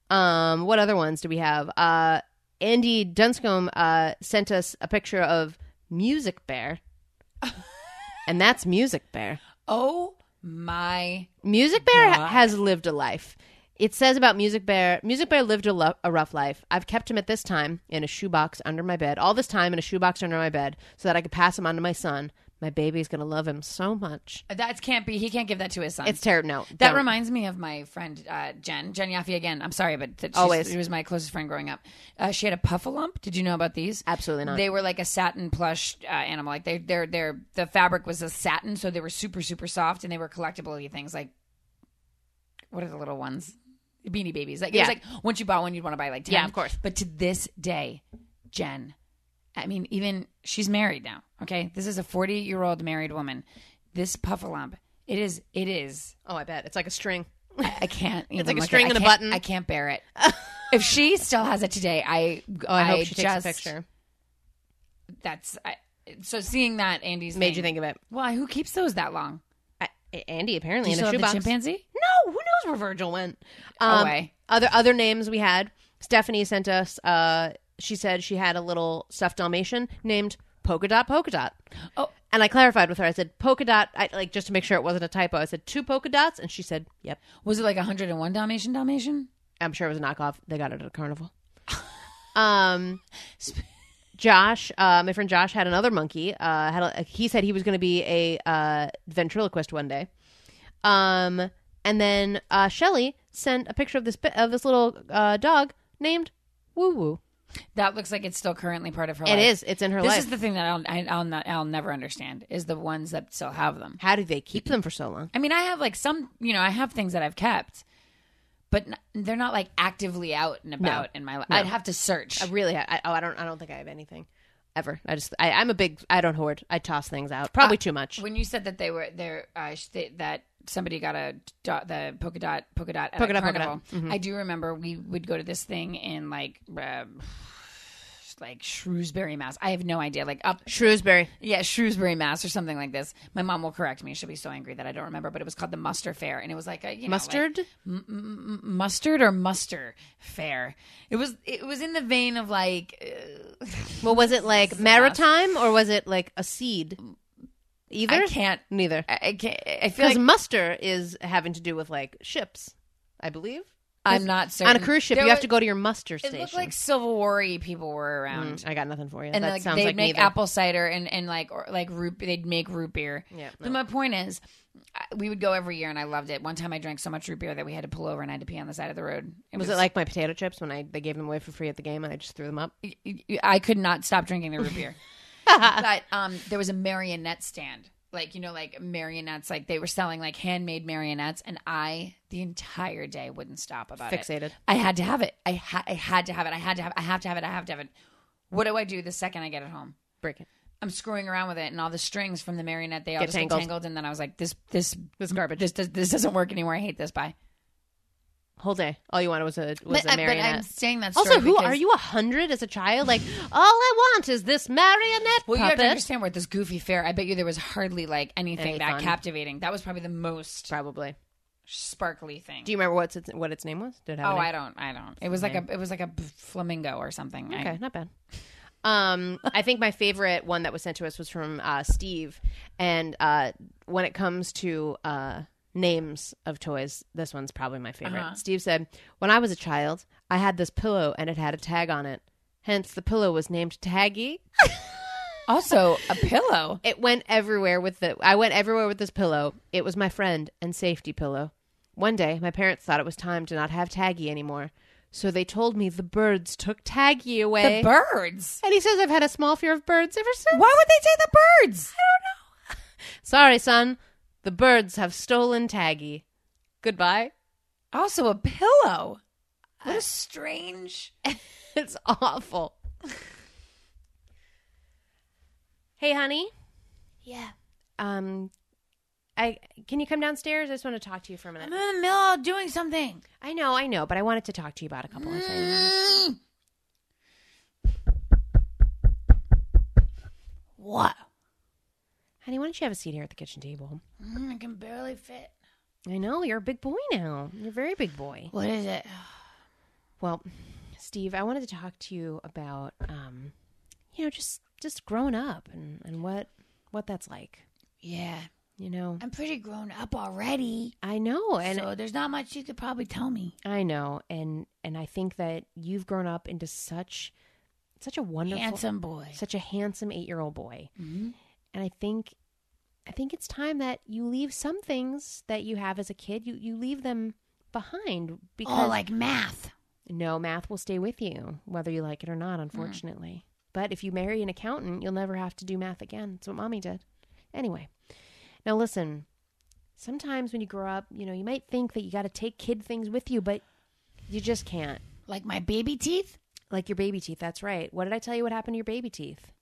Speaker 1: Um, what other ones do we have? Uh, Andy Dunscombe uh, sent us a picture of Music Bear, and that's Music Bear.
Speaker 2: oh my
Speaker 1: Music Bear ha- has lived a life. It says about Music Bear, Music Bear lived a, lo- a rough life. I've kept him at this time in a shoebox under my bed, all this time in a shoebox under my bed, so that I could pass him on to my son. My baby's gonna love him so much.
Speaker 2: that can't be he can't give that to his son.
Speaker 1: It's terrible. No,
Speaker 2: that
Speaker 1: don't.
Speaker 2: reminds me of my friend uh, Jen, Jen Yaffe again. I'm sorry, but that she's-
Speaker 1: Always.
Speaker 2: she was my closest friend growing up. Uh, she had a puffalump. Did you know about these?
Speaker 1: Absolutely not.
Speaker 2: They were like a satin plush uh, animal. Like they, they're, they're, the fabric was a satin, so they were super, super soft, and they were collectible things. Like what are the little ones? Beanie Babies. Like
Speaker 1: Yeah.
Speaker 2: it was like once you bought one, you'd want to buy like ten.
Speaker 1: Yeah, of course.
Speaker 2: But to this day, Jen, I mean, even she's married now. Okay, this is a forty-year-old married woman. This puffalump. It is. It is.
Speaker 1: Oh, I bet it's like a string. [laughs]
Speaker 2: I can't. It's
Speaker 1: like a string and a button.
Speaker 2: I can't
Speaker 1: [laughs]
Speaker 2: bear it. if she still has it today, I
Speaker 1: Oh, I, hope she
Speaker 2: just,
Speaker 1: takes a picture.
Speaker 2: That's I, so seeing that Andy's
Speaker 1: Made
Speaker 2: thing-
Speaker 1: you think of it,
Speaker 2: Why? Who keeps those that long?
Speaker 1: I, Andy? Apparently
Speaker 2: You
Speaker 1: in
Speaker 2: still
Speaker 1: a
Speaker 2: have the
Speaker 1: shoebox.
Speaker 2: chimpanzee?
Speaker 1: No, who knows where Virgil went? Um,
Speaker 2: Away.
Speaker 1: Other other names we had. Stephanie sent us. Uh, she said she had a little stuffed Dalmatian named Polka Dot Polka Dot.
Speaker 2: Oh.
Speaker 1: and I clarified with her. I said Polka Dot, I, like just to make sure it wasn't a typo. I said two polka dots, and she said, "Yep."
Speaker 2: Was it like 101 Dalmatian Dalmatian?
Speaker 1: I'm sure it was a knockoff. They got it at a carnival. [laughs] um, Josh, uh, my friend Josh had another monkey. Uh, had a, he said he was going to be a uh, ventriloquist one day. Um, and then uh, Shelly sent a picture of this bi- of this little uh, dog named Woo Woo.
Speaker 2: That looks like it's still currently part of her.
Speaker 1: It
Speaker 2: life.
Speaker 1: is. It's in her
Speaker 2: This
Speaker 1: life.
Speaker 2: is the thing that I'll I, I'll not, I'll never understand is the ones that still have them.
Speaker 1: How do they keep them for so long?
Speaker 2: I mean, I have like some, you know, I have things that I've kept, but n- they're not like actively out and about in my life. I'd have to search.
Speaker 1: I really, I, oh, I don't, I don't think I have anything ever. I just, I, I'm a big, I don't hoard. I toss things out, probably too much.
Speaker 2: When you said that they were there, uh, sh- they, that somebody got a dot, the polka dot polka dot at
Speaker 1: Polka
Speaker 2: a
Speaker 1: dot, Mm-hmm. polka
Speaker 2: carnival. I do remember we would go to this thing in like uh, like Shrewsbury, Mass. I have no idea. Like up
Speaker 1: Shrewsbury.
Speaker 2: Yeah, Shrewsbury, Mass, or something like this. My mom will correct me. She'll be so angry that I don't remember. But it was called the Muster Fair, and it was like a you know, like,
Speaker 1: Mustard?
Speaker 2: mustard or muster fair. It was it was in the vein of like uh,
Speaker 1: well, was it like maritime or was it like a seed? Either?
Speaker 2: I can't
Speaker 1: Neither.
Speaker 2: I, I can't I feel
Speaker 1: Because
Speaker 2: like
Speaker 1: muster is having to do with like ships, I believe.
Speaker 2: I'm not certain.
Speaker 1: On a cruise ship,
Speaker 2: There
Speaker 1: you have
Speaker 2: was-
Speaker 1: to go to your muster
Speaker 2: It
Speaker 1: station. Mm,
Speaker 2: looked like Civil War people were around.
Speaker 1: I got nothing for you.
Speaker 2: And
Speaker 1: that
Speaker 2: like
Speaker 1: sounds
Speaker 2: they'd
Speaker 1: like
Speaker 2: make
Speaker 1: neither.
Speaker 2: apple cider and, and like or like root they'd make root beer.
Speaker 1: Yeah,
Speaker 2: But my point is, I- we would go every year and I loved it. One time I drank so much root beer that we had to pull over and I had to pee on the side of the road.
Speaker 1: was, it like my potato chips when I they gave them away for free at the game and I just threw them
Speaker 2: [laughs]
Speaker 1: up?
Speaker 2: like I could not stop drinking the root beer?
Speaker 1: [laughs]
Speaker 2: but um, there was a marionette stand, like you know, like marionettes, like they were selling like handmade marionettes, and I the entire day wouldn't stop about it.
Speaker 1: Fixated.
Speaker 2: I had to have it. I, ha- I had to have it. I had to have. I have to have it. I have to have it. What do I do the second I get it home?
Speaker 1: Break it.
Speaker 2: I'm screwing around with it, and all the strings from the marionette they all
Speaker 1: Get
Speaker 2: just
Speaker 1: tangled.
Speaker 2: get tangled, and then I was like, this, this,
Speaker 1: This garbage.
Speaker 2: this, does, this doesn't work anymore. I hate this. Bye.
Speaker 1: Whole day. All you wanted was a was
Speaker 2: But,
Speaker 1: a
Speaker 2: I- but I'm
Speaker 1: marionette.
Speaker 2: saying that.
Speaker 1: also,
Speaker 2: story
Speaker 1: who
Speaker 2: because-
Speaker 1: are you? A hundred as a child? Like all I want is this marionette
Speaker 2: Well, you have
Speaker 1: puppet.
Speaker 2: to understand we're at this goofy fair. I bet you there was hardly like anything
Speaker 1: Any
Speaker 2: that
Speaker 1: fun.
Speaker 2: captivating. That was probably the most
Speaker 1: Probably.
Speaker 2: sparkly thing.
Speaker 1: Do you remember what's its, what its name was? Did it have
Speaker 2: oh,
Speaker 1: a name?
Speaker 2: I don't, I don't. It was like a, it was like a b- flamingo or something. I-
Speaker 1: Okay, not bad. Um, I think my favorite one that was sent to us was from uh, Steve. And uh, when it comes to uh, names of toys, this one's probably my favorite. Steve said, "When I was a child, I had this pillow, and it had a tag on it. Hence, the pillow was named Taggy.
Speaker 2: also, a pillow.
Speaker 1: It went everywhere with the. I went everywhere with this pillow. It was my friend and safety pillow. One day, my parents thought it was time to not have Taggy anymore." So they told me the birds took Taggy away.
Speaker 2: The birds.
Speaker 1: And he says, I've had a small fear of birds ever since.
Speaker 2: Why would they say the birds?
Speaker 1: Sorry, son. The birds have stolen Taggy. Goodbye. [laughs]
Speaker 2: Also, a pillow. What a strange.
Speaker 1: It's awful. [laughs] hey, honey.
Speaker 2: Yeah.
Speaker 1: Um, I can you come downstairs? I just want to talk to you for a
Speaker 2: I'm
Speaker 1: minute.
Speaker 2: in the middle of doing something.
Speaker 1: I know, I know, but I wanted to talk to you about a couple of
Speaker 2: Mm.
Speaker 1: things.
Speaker 2: What?
Speaker 1: Honey, why don't you have a seat here at the kitchen table?
Speaker 2: Mm, I can barely fit.
Speaker 1: I know you're a big boy now. You're a very big boy.
Speaker 2: What is it?
Speaker 1: Well, Steve, I wanted to talk to you about, um, you know, just just growing up and and what what that's like.
Speaker 2: Yeah.
Speaker 1: You know,
Speaker 2: I'm pretty grown up already.
Speaker 1: I know, Oh, and
Speaker 2: so there's not much you could probably tell me.
Speaker 1: I know, and and I think that you've grown up into such such a wonderful,
Speaker 2: Handsome boy.
Speaker 1: such a handsome eight year old boy,
Speaker 2: Mm-hmm.
Speaker 1: and I think I think it's time that you leave some things that you have as a kid. You you leave them behind because
Speaker 2: Oh, like math.
Speaker 1: no math will stay with you whether you like it or not. Unfortunately, but if you marry an accountant, you'll never have to do math again. That's what mommy did. Anyway, now listen. Sometimes when you grow up, you know you might think that you got to take kid things with you, but you just can't.
Speaker 2: Like my baby teeth?
Speaker 1: Like your baby teeth. That's right. What did I tell you? What happened to your baby teeth?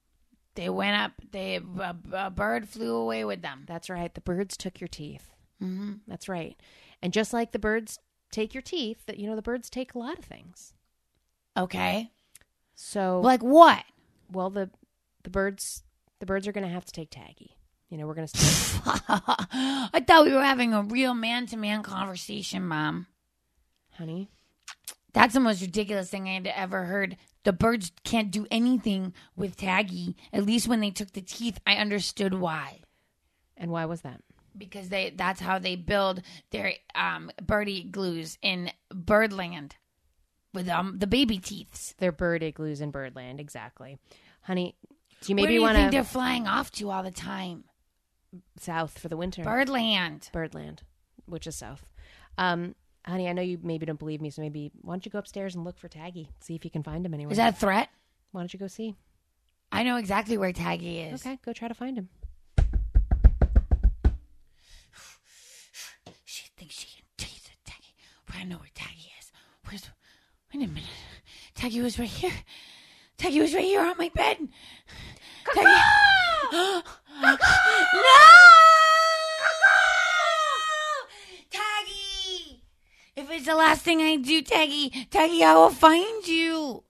Speaker 2: They went up. They a, a bird flew away with them.
Speaker 1: That's right. The birds took your teeth. Mm-hmm. That's right. And just like the birds take your teeth, that you know the birds take a lot of things.
Speaker 2: Okay.
Speaker 1: So,
Speaker 2: Like what? [laughs]
Speaker 1: well, the the birds the birds are going to have to take Taggy. You know, we're going to.
Speaker 2: I thought we were having a real man-to-man conversation, Mom.
Speaker 1: [coughs] Honey,
Speaker 2: That's the most ridiculous thing I had ever heard. The birds can't do anything with Taggy. At least when they took the teeth, I understood why.
Speaker 1: and why was that?
Speaker 2: Because they that's how they build their um, birdie glues in Birdland with um, the baby teeths.
Speaker 1: They're bird igloos in Birdland, exactly. Honey, do you
Speaker 2: Where do
Speaker 1: maybe
Speaker 2: you
Speaker 1: want
Speaker 2: think
Speaker 1: to
Speaker 2: they're flying off to all the time?
Speaker 1: south for the winter?
Speaker 2: Birdland.
Speaker 1: Birdland, which is south. Um, honey, I know you maybe don't believe me, so maybe why don't you go upstairs and look for Taggy? See if you can find him anywhere.
Speaker 2: Is that a threat?
Speaker 1: why don't you go see?
Speaker 2: I know exactly where Taggy is.
Speaker 1: Okay, go try to find him.
Speaker 2: She thinks she can tease it, Taggy. But I know where Taggy is. Where's. Wait a minute. Taggy was right here. Taggy was right here on my bed. Taggy. [gasps] no! Taggy! If it's the last thing I do, Taggy, Taggy, I will find you.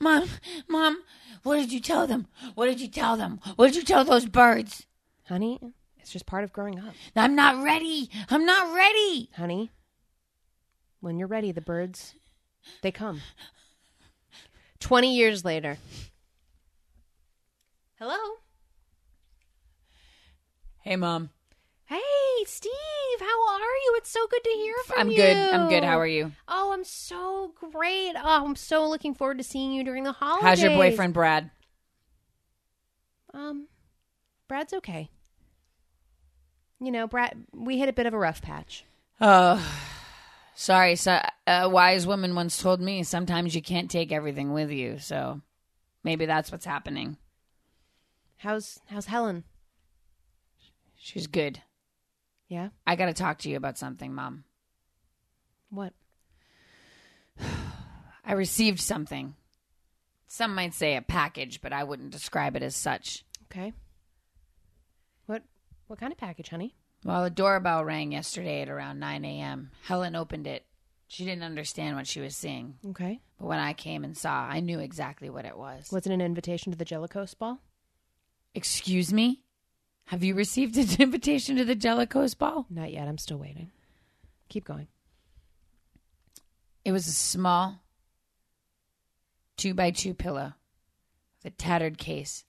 Speaker 2: Mom, Mom, what did you tell them? What did you tell them? What did you tell those birds?
Speaker 1: Honey, it's just part of growing up.
Speaker 2: I'm not ready. I'm not ready.
Speaker 1: Honey, when you're ready, the birds, they come. 20 years later. Hello?
Speaker 2: Hey, Mom.
Speaker 1: Hey, Steve, how are you? It's so good to hear from
Speaker 2: I'm
Speaker 1: you.
Speaker 2: good. I'm good. How are you?
Speaker 1: Oh, I'm so great. Oh, I'm so looking forward to seeing you during the holidays.
Speaker 2: How's your boyfriend, Brad?
Speaker 1: Um, Brad's okay. You know, Brad, we hit a bit of a rough patch.
Speaker 2: Oh, sorry. So, a wise woman once told me sometimes you can't take everything with you. So maybe that's what's happening.
Speaker 1: How's how's Helen?
Speaker 2: She's good.
Speaker 1: Yeah.
Speaker 2: I got to talk to you about something, Mom.
Speaker 1: What?
Speaker 2: I received something. Some might say a package, but I wouldn't describe it as such.
Speaker 1: Okay. What what kind of package, honey?
Speaker 2: Well, the doorbell rang yesterday at around 9 a.m. Helen opened it. She didn't understand what she was seeing,
Speaker 1: Okay.
Speaker 2: but when I came and saw, I knew exactly what it was.
Speaker 1: Was it an invitation to the Jellicoe Ball?
Speaker 2: Excuse me? Have you received an [laughs] invitation to the Jellicoe's ball?
Speaker 1: Not yet. I'm still waiting. Keep going.
Speaker 2: It was a small two by two pillow with a tattered case,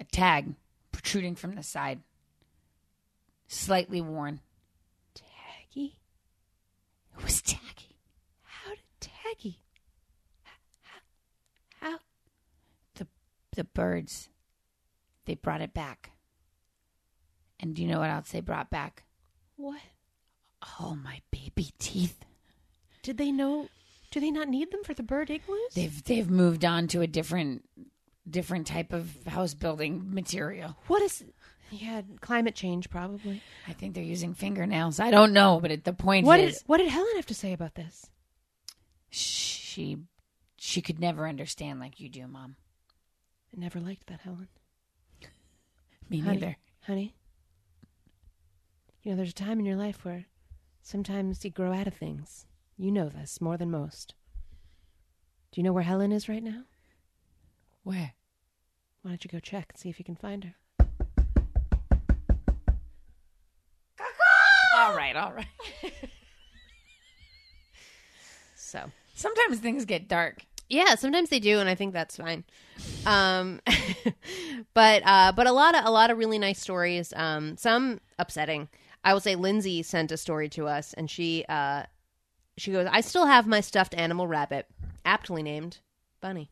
Speaker 2: a tag protruding from the side, slightly worn.
Speaker 1: Taggy?
Speaker 2: It was tacky.
Speaker 1: How did Taggy? How?
Speaker 2: The the birds they brought it back. And do you know what else they brought back?
Speaker 1: What?
Speaker 2: All my baby teeth.
Speaker 1: Did they know? Do they not need them for the bird igloos?
Speaker 2: They've they've moved on to a different different type of house building material.
Speaker 1: what is? Yeah, climate change probably.
Speaker 2: I think they're using fingernails. I don't know, but at the point
Speaker 1: What
Speaker 2: is
Speaker 1: did What did Helen have to say about this?
Speaker 2: she she could never understand like you do, mom.
Speaker 1: I never liked that, Helen.
Speaker 2: Me
Speaker 1: honey,
Speaker 2: neither.
Speaker 1: Honey, you know, there's a time in your life where sometimes you grow out of things. You know this more than most. Do you know where Helen is right now?
Speaker 2: Where?
Speaker 1: Why don't you go check and see if you can find her?
Speaker 2: All right, all right.
Speaker 1: So,
Speaker 2: Sometimes things get dark.
Speaker 1: yeah, sometimes they do, and I think that's fine. Um, [laughs] but uh, but a lot of a lot of really nice stories. Um, some upsetting. I will say, Lindsay sent a story to us, and she uh, she goes, "I still have my stuffed animal rabbit, aptly named Bunny."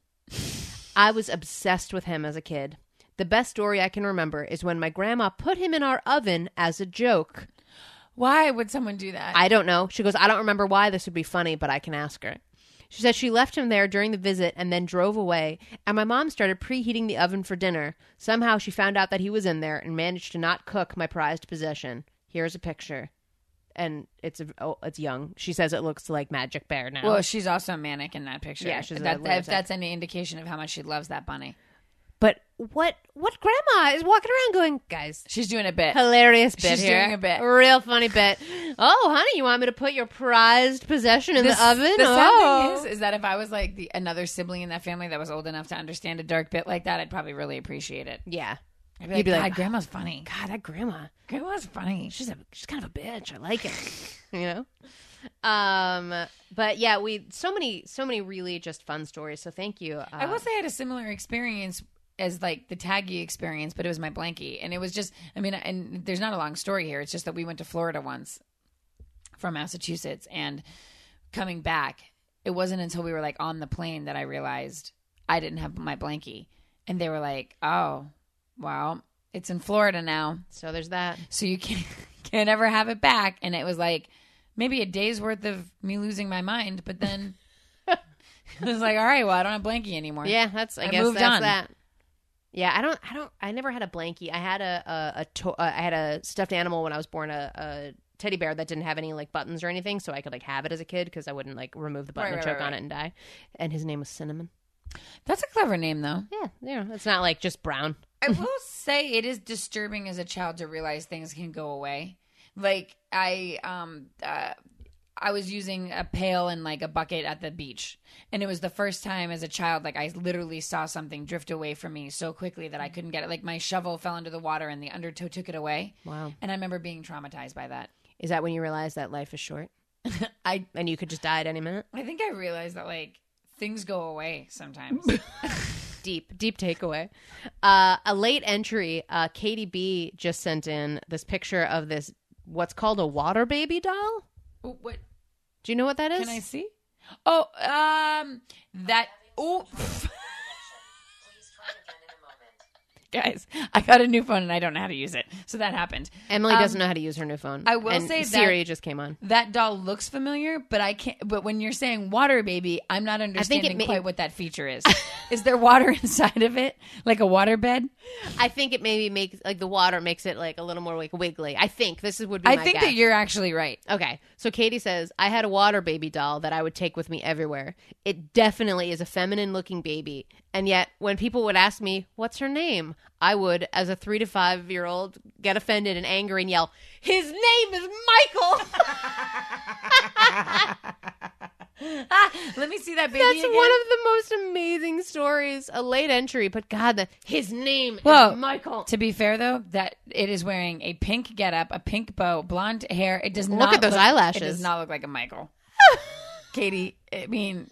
Speaker 1: I was obsessed with him as a kid. The best story I can remember is when my grandma put him in our oven as a joke.
Speaker 2: Why would someone do that?
Speaker 1: I don't know. She goes, I don't remember why this would be funny, but I can ask her. She said she left him there during the visit and then drove away, and my mom started preheating the oven for dinner. Somehow she found out that he was in there and managed to not cook my prized possession. Here's a picture. And it's a, oh, it's young. She says it looks like Magic Bear now.
Speaker 2: well, she's also manic in that picture.
Speaker 1: Yeah, she's a
Speaker 2: that,
Speaker 1: lunatic.
Speaker 2: if that's any indication of how much she loves that bunny.
Speaker 1: but what what grandma is walking around going, guys,
Speaker 2: She's doing a bit.
Speaker 1: hilarious bit
Speaker 2: She's
Speaker 1: here.
Speaker 2: doing a bit.
Speaker 1: real funny bit. Oh, honey, you want me to put your prized possession in the oven?
Speaker 2: The
Speaker 1: oh.
Speaker 2: sad thing is, is that if I was like the another sibling in that family that was old enough to understand a dark bit like that, I'd probably really appreciate it.
Speaker 1: yeah.
Speaker 2: I'd be
Speaker 1: You'd
Speaker 2: like,
Speaker 1: be
Speaker 2: God,
Speaker 1: like,
Speaker 2: grandma's funny.
Speaker 1: God, that grandma.
Speaker 2: Grandma's funny. She's
Speaker 1: she's a she's kind of a bitch. I like [laughs] it. you know? Um but yeah, we so many so many really just fun stories. So thank you. Uh,
Speaker 2: I will say I had a similar experience as like the taggy experience, but it was my blankie. And it was just, I mean, and there's not a long story here. It's just that we went to Florida once from Massachusetts and coming back, it wasn't until we were like on the plane that I realized I didn't have my blankie. And they were like, oh, well, it's in Florida now.
Speaker 1: so there's that.
Speaker 2: So you can't, [laughs] can't ever have it back. And it was like maybe a day's worth of me losing my mind. But then [laughs] it was like, all right, well, I don't have blankie anymore.
Speaker 1: Yeah, that's I,
Speaker 2: I
Speaker 1: guess
Speaker 2: moved
Speaker 1: that's
Speaker 2: on.
Speaker 1: that. Yeah, I don't I don't I never had a blankie. I had a a, a to- uh, I had a stuffed animal when I was born a, a teddy bear that didn't have any like buttons or anything, so I could like have it as a kid cuz I wouldn't like remove the button
Speaker 2: Right,
Speaker 1: and
Speaker 2: right,
Speaker 1: choke
Speaker 2: right,
Speaker 1: on
Speaker 2: right.
Speaker 1: it and die. And his name was Cinnamon.
Speaker 2: That's a clever name, though. Mm-hmm.
Speaker 1: Yeah, yeah, it's not like just brown.
Speaker 2: I will say it is disturbing as a child to realize things can go away. Like I um uh I was using a pail and like a bucket at the beach. And it was the first time as a child, like I literally saw something drift away from me so quickly that I couldn't get it. Like my shovel fell into the water and the undertow took it away.
Speaker 1: Wow.
Speaker 2: And I remember being traumatized by that.
Speaker 1: Is that when you realize that life is [laughs] short
Speaker 2: I
Speaker 1: and you could just die at any minute?
Speaker 2: I think I realized that like things go away [laughs] sometimes.
Speaker 1: deep, deep takeaway. Uh, a late entry. Uh, Katie B just sent in this picture of this what's called a water baby doll.
Speaker 2: Oh, what
Speaker 1: Do you know what that is?
Speaker 2: can I see? Oh, um that oh Guys, I got a new phone and I don't know how to use it. So that happened.
Speaker 1: Emily doesn't know how to use her new phone.
Speaker 2: I will
Speaker 1: And
Speaker 2: say that-
Speaker 1: Siri just came on.
Speaker 2: That doll looks familiar, but I can't. But when you're saying water baby, I'm not understanding
Speaker 1: may-
Speaker 2: quite what that feature [laughs] is. is there water inside of it, like a water bed?
Speaker 1: I think it maybe makes like the water makes it like a little more like wiggly. I think this is would be.
Speaker 2: I
Speaker 1: my
Speaker 2: think
Speaker 1: guess.
Speaker 2: that you're actually right.
Speaker 1: Okay, so Katie says I had a water baby doll that I would take with me everywhere. It definitely is a feminine looking baby, and yet when people would ask me what's her name, I would, as a three to five year old, get offended and angry and yell, "His name is [laughs] Michael."
Speaker 2: Ah, Let me see that baby.
Speaker 1: That's
Speaker 2: again.
Speaker 1: one of the most amazing stories. A late entry, but God, the, his name
Speaker 2: Whoa.
Speaker 1: is Michael.
Speaker 2: To be fair, though, that it is wearing a pink getup, a pink bow, blonde hair. It does
Speaker 1: Look
Speaker 2: not
Speaker 1: at those eyelashes.
Speaker 2: It does not look like
Speaker 1: [laughs]
Speaker 2: a Michael. Katie, I mean,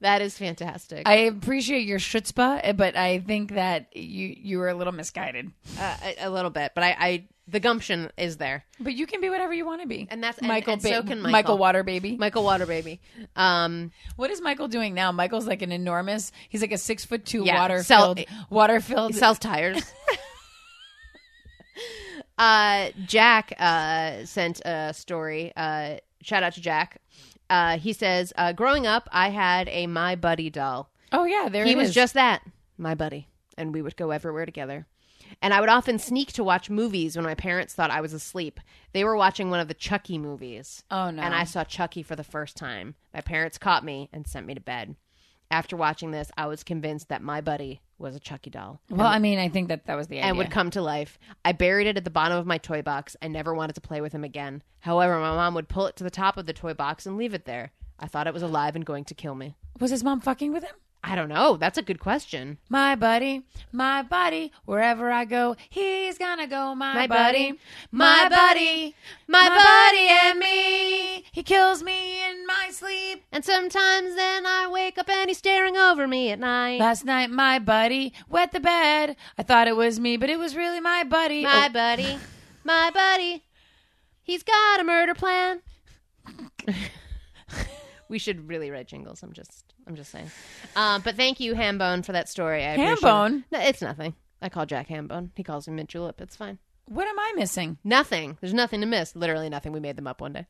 Speaker 1: That is fantastic.
Speaker 2: I appreciate your schutzpah, but I think that you you were a little misguided.
Speaker 1: uh, a- a little bit, but I, I the gumption is there.
Speaker 2: But you can be whatever you want to be,
Speaker 1: And that's- and- and so can Michael.
Speaker 2: Michael Water Baby.
Speaker 1: Michael Waterbaby. Um,
Speaker 2: What is Michael doing now? Michael's like an enormous. He's like a six foot two
Speaker 1: Yeah,
Speaker 2: water
Speaker 1: sell-
Speaker 2: filled water filled.
Speaker 1: he sells tires. [laughs] uh, Jack uh, sent a story. Uh, shout out to Jack. Uh, he says, uh, "Growing up, I had a my buddy doll.
Speaker 2: oh yeah, there
Speaker 1: he
Speaker 2: it
Speaker 1: was
Speaker 2: is.
Speaker 1: just that, my buddy, and we would go everywhere together." And I would often sneak to watch movies when my parents thought I was asleep. They were watching one of the Chucky movies.
Speaker 2: Oh no,
Speaker 1: and I saw Chucky for the first time. My parents caught me and sent me to bed. After watching this, I was convinced that my buddy was a Chucky doll
Speaker 2: well, I mean, I think that that was the idea.
Speaker 1: and would come to life. I buried it at the bottom of my toy box. I never wanted to play with him again. However, my mom would pull it to the top of the toy box and leave it there. I thought it was alive and going to kill me.
Speaker 2: was his mom fucking with him?
Speaker 1: I don't know. That's a good question.
Speaker 2: My buddy, my buddy, wherever I go, he's gonna go. My,
Speaker 1: My
Speaker 2: buddy,
Speaker 1: buddy, my buddy, my buddy and me.
Speaker 2: He kills me in my sleep.
Speaker 1: And sometimes then I wake up and he's staring over me at night.
Speaker 2: Last night, my buddy wet the bed. I thought it was me, but it was really my buddy.
Speaker 1: My
Speaker 2: Oh,
Speaker 1: buddy, my buddy, he's got a murder plan. [laughs] we should really write jingles. I'm just, I'm just saying. Um, but thank you, Hambone, for that story. I appreciate it.
Speaker 2: Hambone?
Speaker 1: No, it's nothing. I call Jack Hambone. He calls me mint julep. It's fine.
Speaker 2: what am I missing?
Speaker 1: Nothing. There's nothing to miss. Literally nothing. We made them up one
Speaker 2: [laughs]
Speaker 1: day,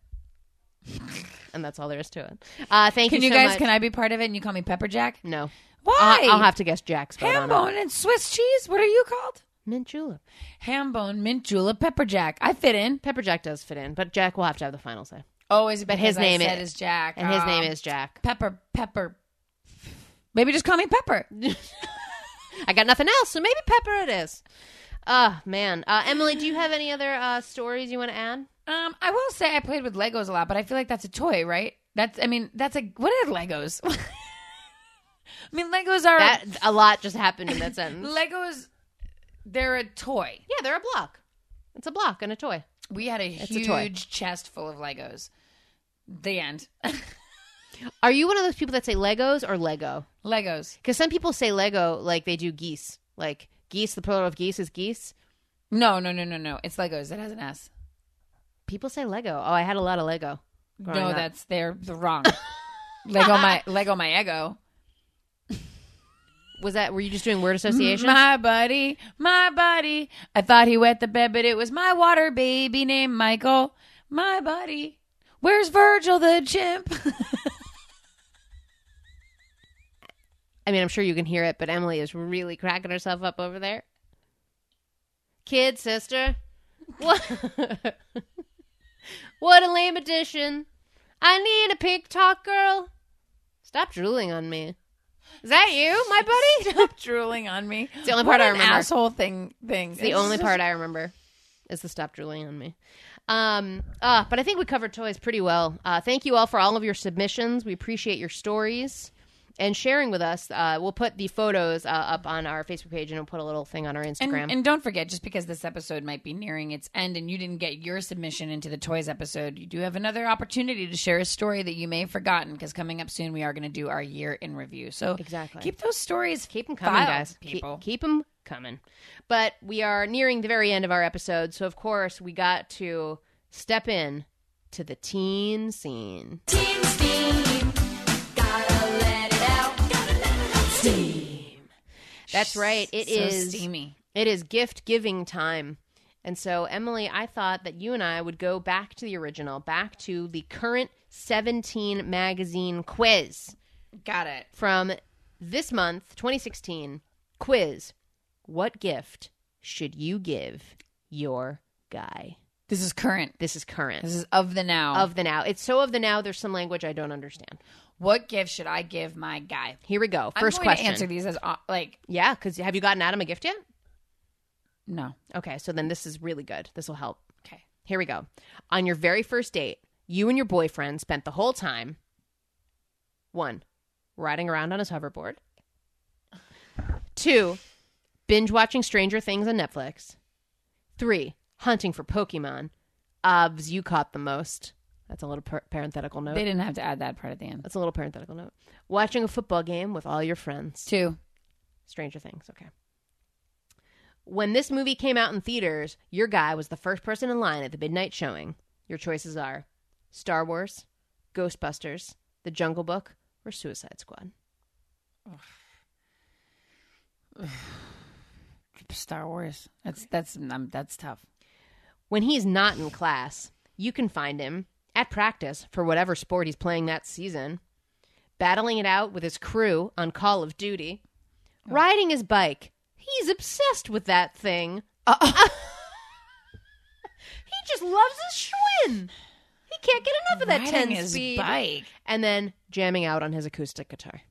Speaker 1: and that's all there is to it. Uh, thank
Speaker 2: Can you,
Speaker 1: you, so
Speaker 2: guys?
Speaker 1: much.
Speaker 2: Can I be part of it? And you call me Pepper Jack?
Speaker 1: No.
Speaker 2: Why?
Speaker 1: I'll, I'll have to guess Jack's vote
Speaker 2: ham
Speaker 1: on
Speaker 2: bone
Speaker 1: it.
Speaker 2: and Swiss cheese. What are you called?
Speaker 1: Mint julep.
Speaker 2: Ham bone, mint julep, pepper jack. I fit in.
Speaker 1: Pepper Jack does fit in, but Jack will have to have the final say.
Speaker 2: Oh, is it
Speaker 1: But his
Speaker 2: because I
Speaker 1: name
Speaker 2: said
Speaker 1: is-
Speaker 2: is Jack,
Speaker 1: And his
Speaker 2: Um,
Speaker 1: name is Jack.
Speaker 2: Pepper. Pepper. Maybe just call me Pepper.
Speaker 1: I got nothing else, so maybe pepper it is. Oh man, uh, Emily, do you have any other uh, stories you want to add?
Speaker 2: Um, I will say I played with Legos a lot, but I feel like that's a toy, right? That's. I mean, that's a. What are Legos? [laughs] I mean, Legos are
Speaker 1: That a lot just happened [laughs] in that sentence.
Speaker 2: Legos. They're a toy.
Speaker 1: yeah, they're a block. It's a block and a toy.
Speaker 2: We had a
Speaker 1: a toy.
Speaker 2: huge chest full of Legos. The end. [laughs]
Speaker 1: Are you one of those people that say Legos or Lego?
Speaker 2: Legos.
Speaker 1: Because some people say Lego like they do geese. Like geese, the plural of geese is geese.
Speaker 2: No, no, no, no, no. It's Legos. It has an S.
Speaker 1: People say Lego. Oh, I had a lot of Lego. growing
Speaker 2: no,
Speaker 1: up.
Speaker 2: that's they're
Speaker 1: [laughs]
Speaker 2: the wrong. Lego my Lego my ego.
Speaker 1: was that. Were you just doing word association?
Speaker 2: My buddy, my buddy. I thought he wet the bed, but it was my water baby named Michael. My buddy. Where's Virgil the
Speaker 1: [laughs]
Speaker 2: chimp?
Speaker 1: I mean, I'm sure you can hear it, but Emily is really cracking herself up over there. Kid sister, what? [laughs] what a lame addition! I need a pig talk girl. Stop drooling on me. Is that you, my buddy?
Speaker 2: [laughs] Stop drooling on me. It's
Speaker 1: the only part I remember.
Speaker 2: Asshole thing. Thing.
Speaker 1: It's the only part I remember. is the stop drooling on me. Um, uh, but I think we covered toys pretty well. Uh, thank you all for all of your submissions. We appreciate your stories and sharing with us. Uh, we'll put the photos uh, up on our Facebook page and we'll put a little thing on our
Speaker 2: And,
Speaker 1: Instagram.
Speaker 2: and don't forget, just because this episode might be nearing its end and you didn't get your submission into the toys episode, you do have another opportunity to share a story that you may have forgotten because coming up soon we are going to do our year in review. So
Speaker 1: Exactly.
Speaker 2: keep those stories,
Speaker 1: Keep them coming,
Speaker 2: filed,
Speaker 1: guys. Keep-
Speaker 2: People,
Speaker 1: Keep, them coming. But we are nearing the very end of our episode, so of course we got to step in to the teen scene.
Speaker 3: Team Steam. Gotta let it out. Gotta let it out.
Speaker 1: That's right. It
Speaker 2: so
Speaker 1: is
Speaker 2: steamy.
Speaker 1: It is gift giving time. And so, Emily, I thought that you and I would go back to the original, back to the current 17 magazine quiz
Speaker 2: Got it.
Speaker 1: from this month, 2016. Quiz What gift should you give your guy?
Speaker 2: This is current.
Speaker 1: This is current.
Speaker 2: This is of the now.
Speaker 1: of the now. It's so of the now, there's some language I don't understand.
Speaker 2: what gift should I give my guy?
Speaker 1: Here we go. 1st
Speaker 2: I'm going
Speaker 1: question.
Speaker 2: To answer these as uh, like
Speaker 1: Yeah, because have you gotten Adam a gift yet?
Speaker 2: no.
Speaker 1: Okay, so then this is really good. This will help.
Speaker 2: Okay.
Speaker 1: Here we go. On your very first date, you and your boyfriend spent the whole time one, riding around on his hoverboard, two, binge watching Stranger Things on Netflix, three, hunting for Pokemon. Obs, you caught the most. That's a little par- parenthetical note.
Speaker 2: They didn't have to add that part at the end.
Speaker 1: That's a little parenthetical note. Watching a football game with all your friends.
Speaker 2: Two.
Speaker 1: Stranger Things, okay. When this movie came out in theaters, your guy was the first person in line at the midnight showing. Your choices are Star Wars, Ghostbusters, The Jungle Book, or Suicide Squad.
Speaker 2: Star Wars. That's that's um, that's tough.
Speaker 1: When he's not in class, you can find him at practice for whatever sport he's playing that season, battling it out with his crew on Call of Duty,
Speaker 2: Oh.
Speaker 1: riding his bike. He's obsessed with that thing. [laughs] he just loves his Schwinn. He can't get enough of that
Speaker 2: Riding
Speaker 1: 10
Speaker 2: his
Speaker 1: speed.
Speaker 2: bike.
Speaker 1: And then jamming out on his acoustic guitar.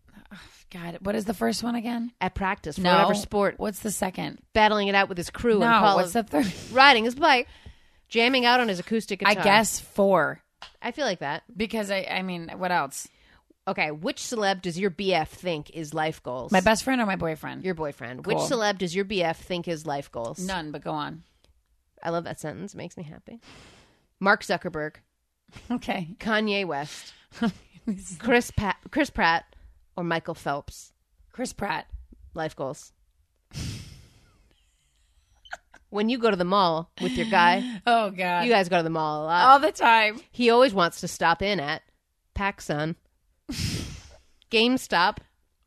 Speaker 2: God, what is the first one again?
Speaker 1: At practice for whatever sport,
Speaker 2: What's the second?
Speaker 1: battling it out with his crew on
Speaker 2: No,
Speaker 1: Call
Speaker 2: what's
Speaker 1: of [laughs]
Speaker 2: the third?
Speaker 1: riding his bike, jamming out on his acoustic
Speaker 2: I
Speaker 1: guitar.
Speaker 2: guess four.
Speaker 1: I feel like that.
Speaker 2: Because I, I mean, what else?
Speaker 1: Okay, which celeb does your BF think is life goals?
Speaker 2: My best friend or my boyfriend?
Speaker 1: your boyfriend.
Speaker 2: Cool.
Speaker 1: Which celeb does your BF think is life goals?
Speaker 2: None, but
Speaker 1: [laughs]
Speaker 2: go on.
Speaker 1: I love that sentence. It makes me happy. Mark Zuckerberg,
Speaker 2: Okay.
Speaker 1: Kanye West, Chris Pat, Chris Pratt, or Michael Phelps.
Speaker 2: Chris Pratt.
Speaker 1: Life
Speaker 2: [laughs]
Speaker 1: goals. when you go to the mall with your guy,
Speaker 2: Oh God.
Speaker 1: you guys go to the mall a lot.
Speaker 2: All the time.
Speaker 1: He always wants to stop in at
Speaker 2: [laughs]
Speaker 1: PacSun, GameStop,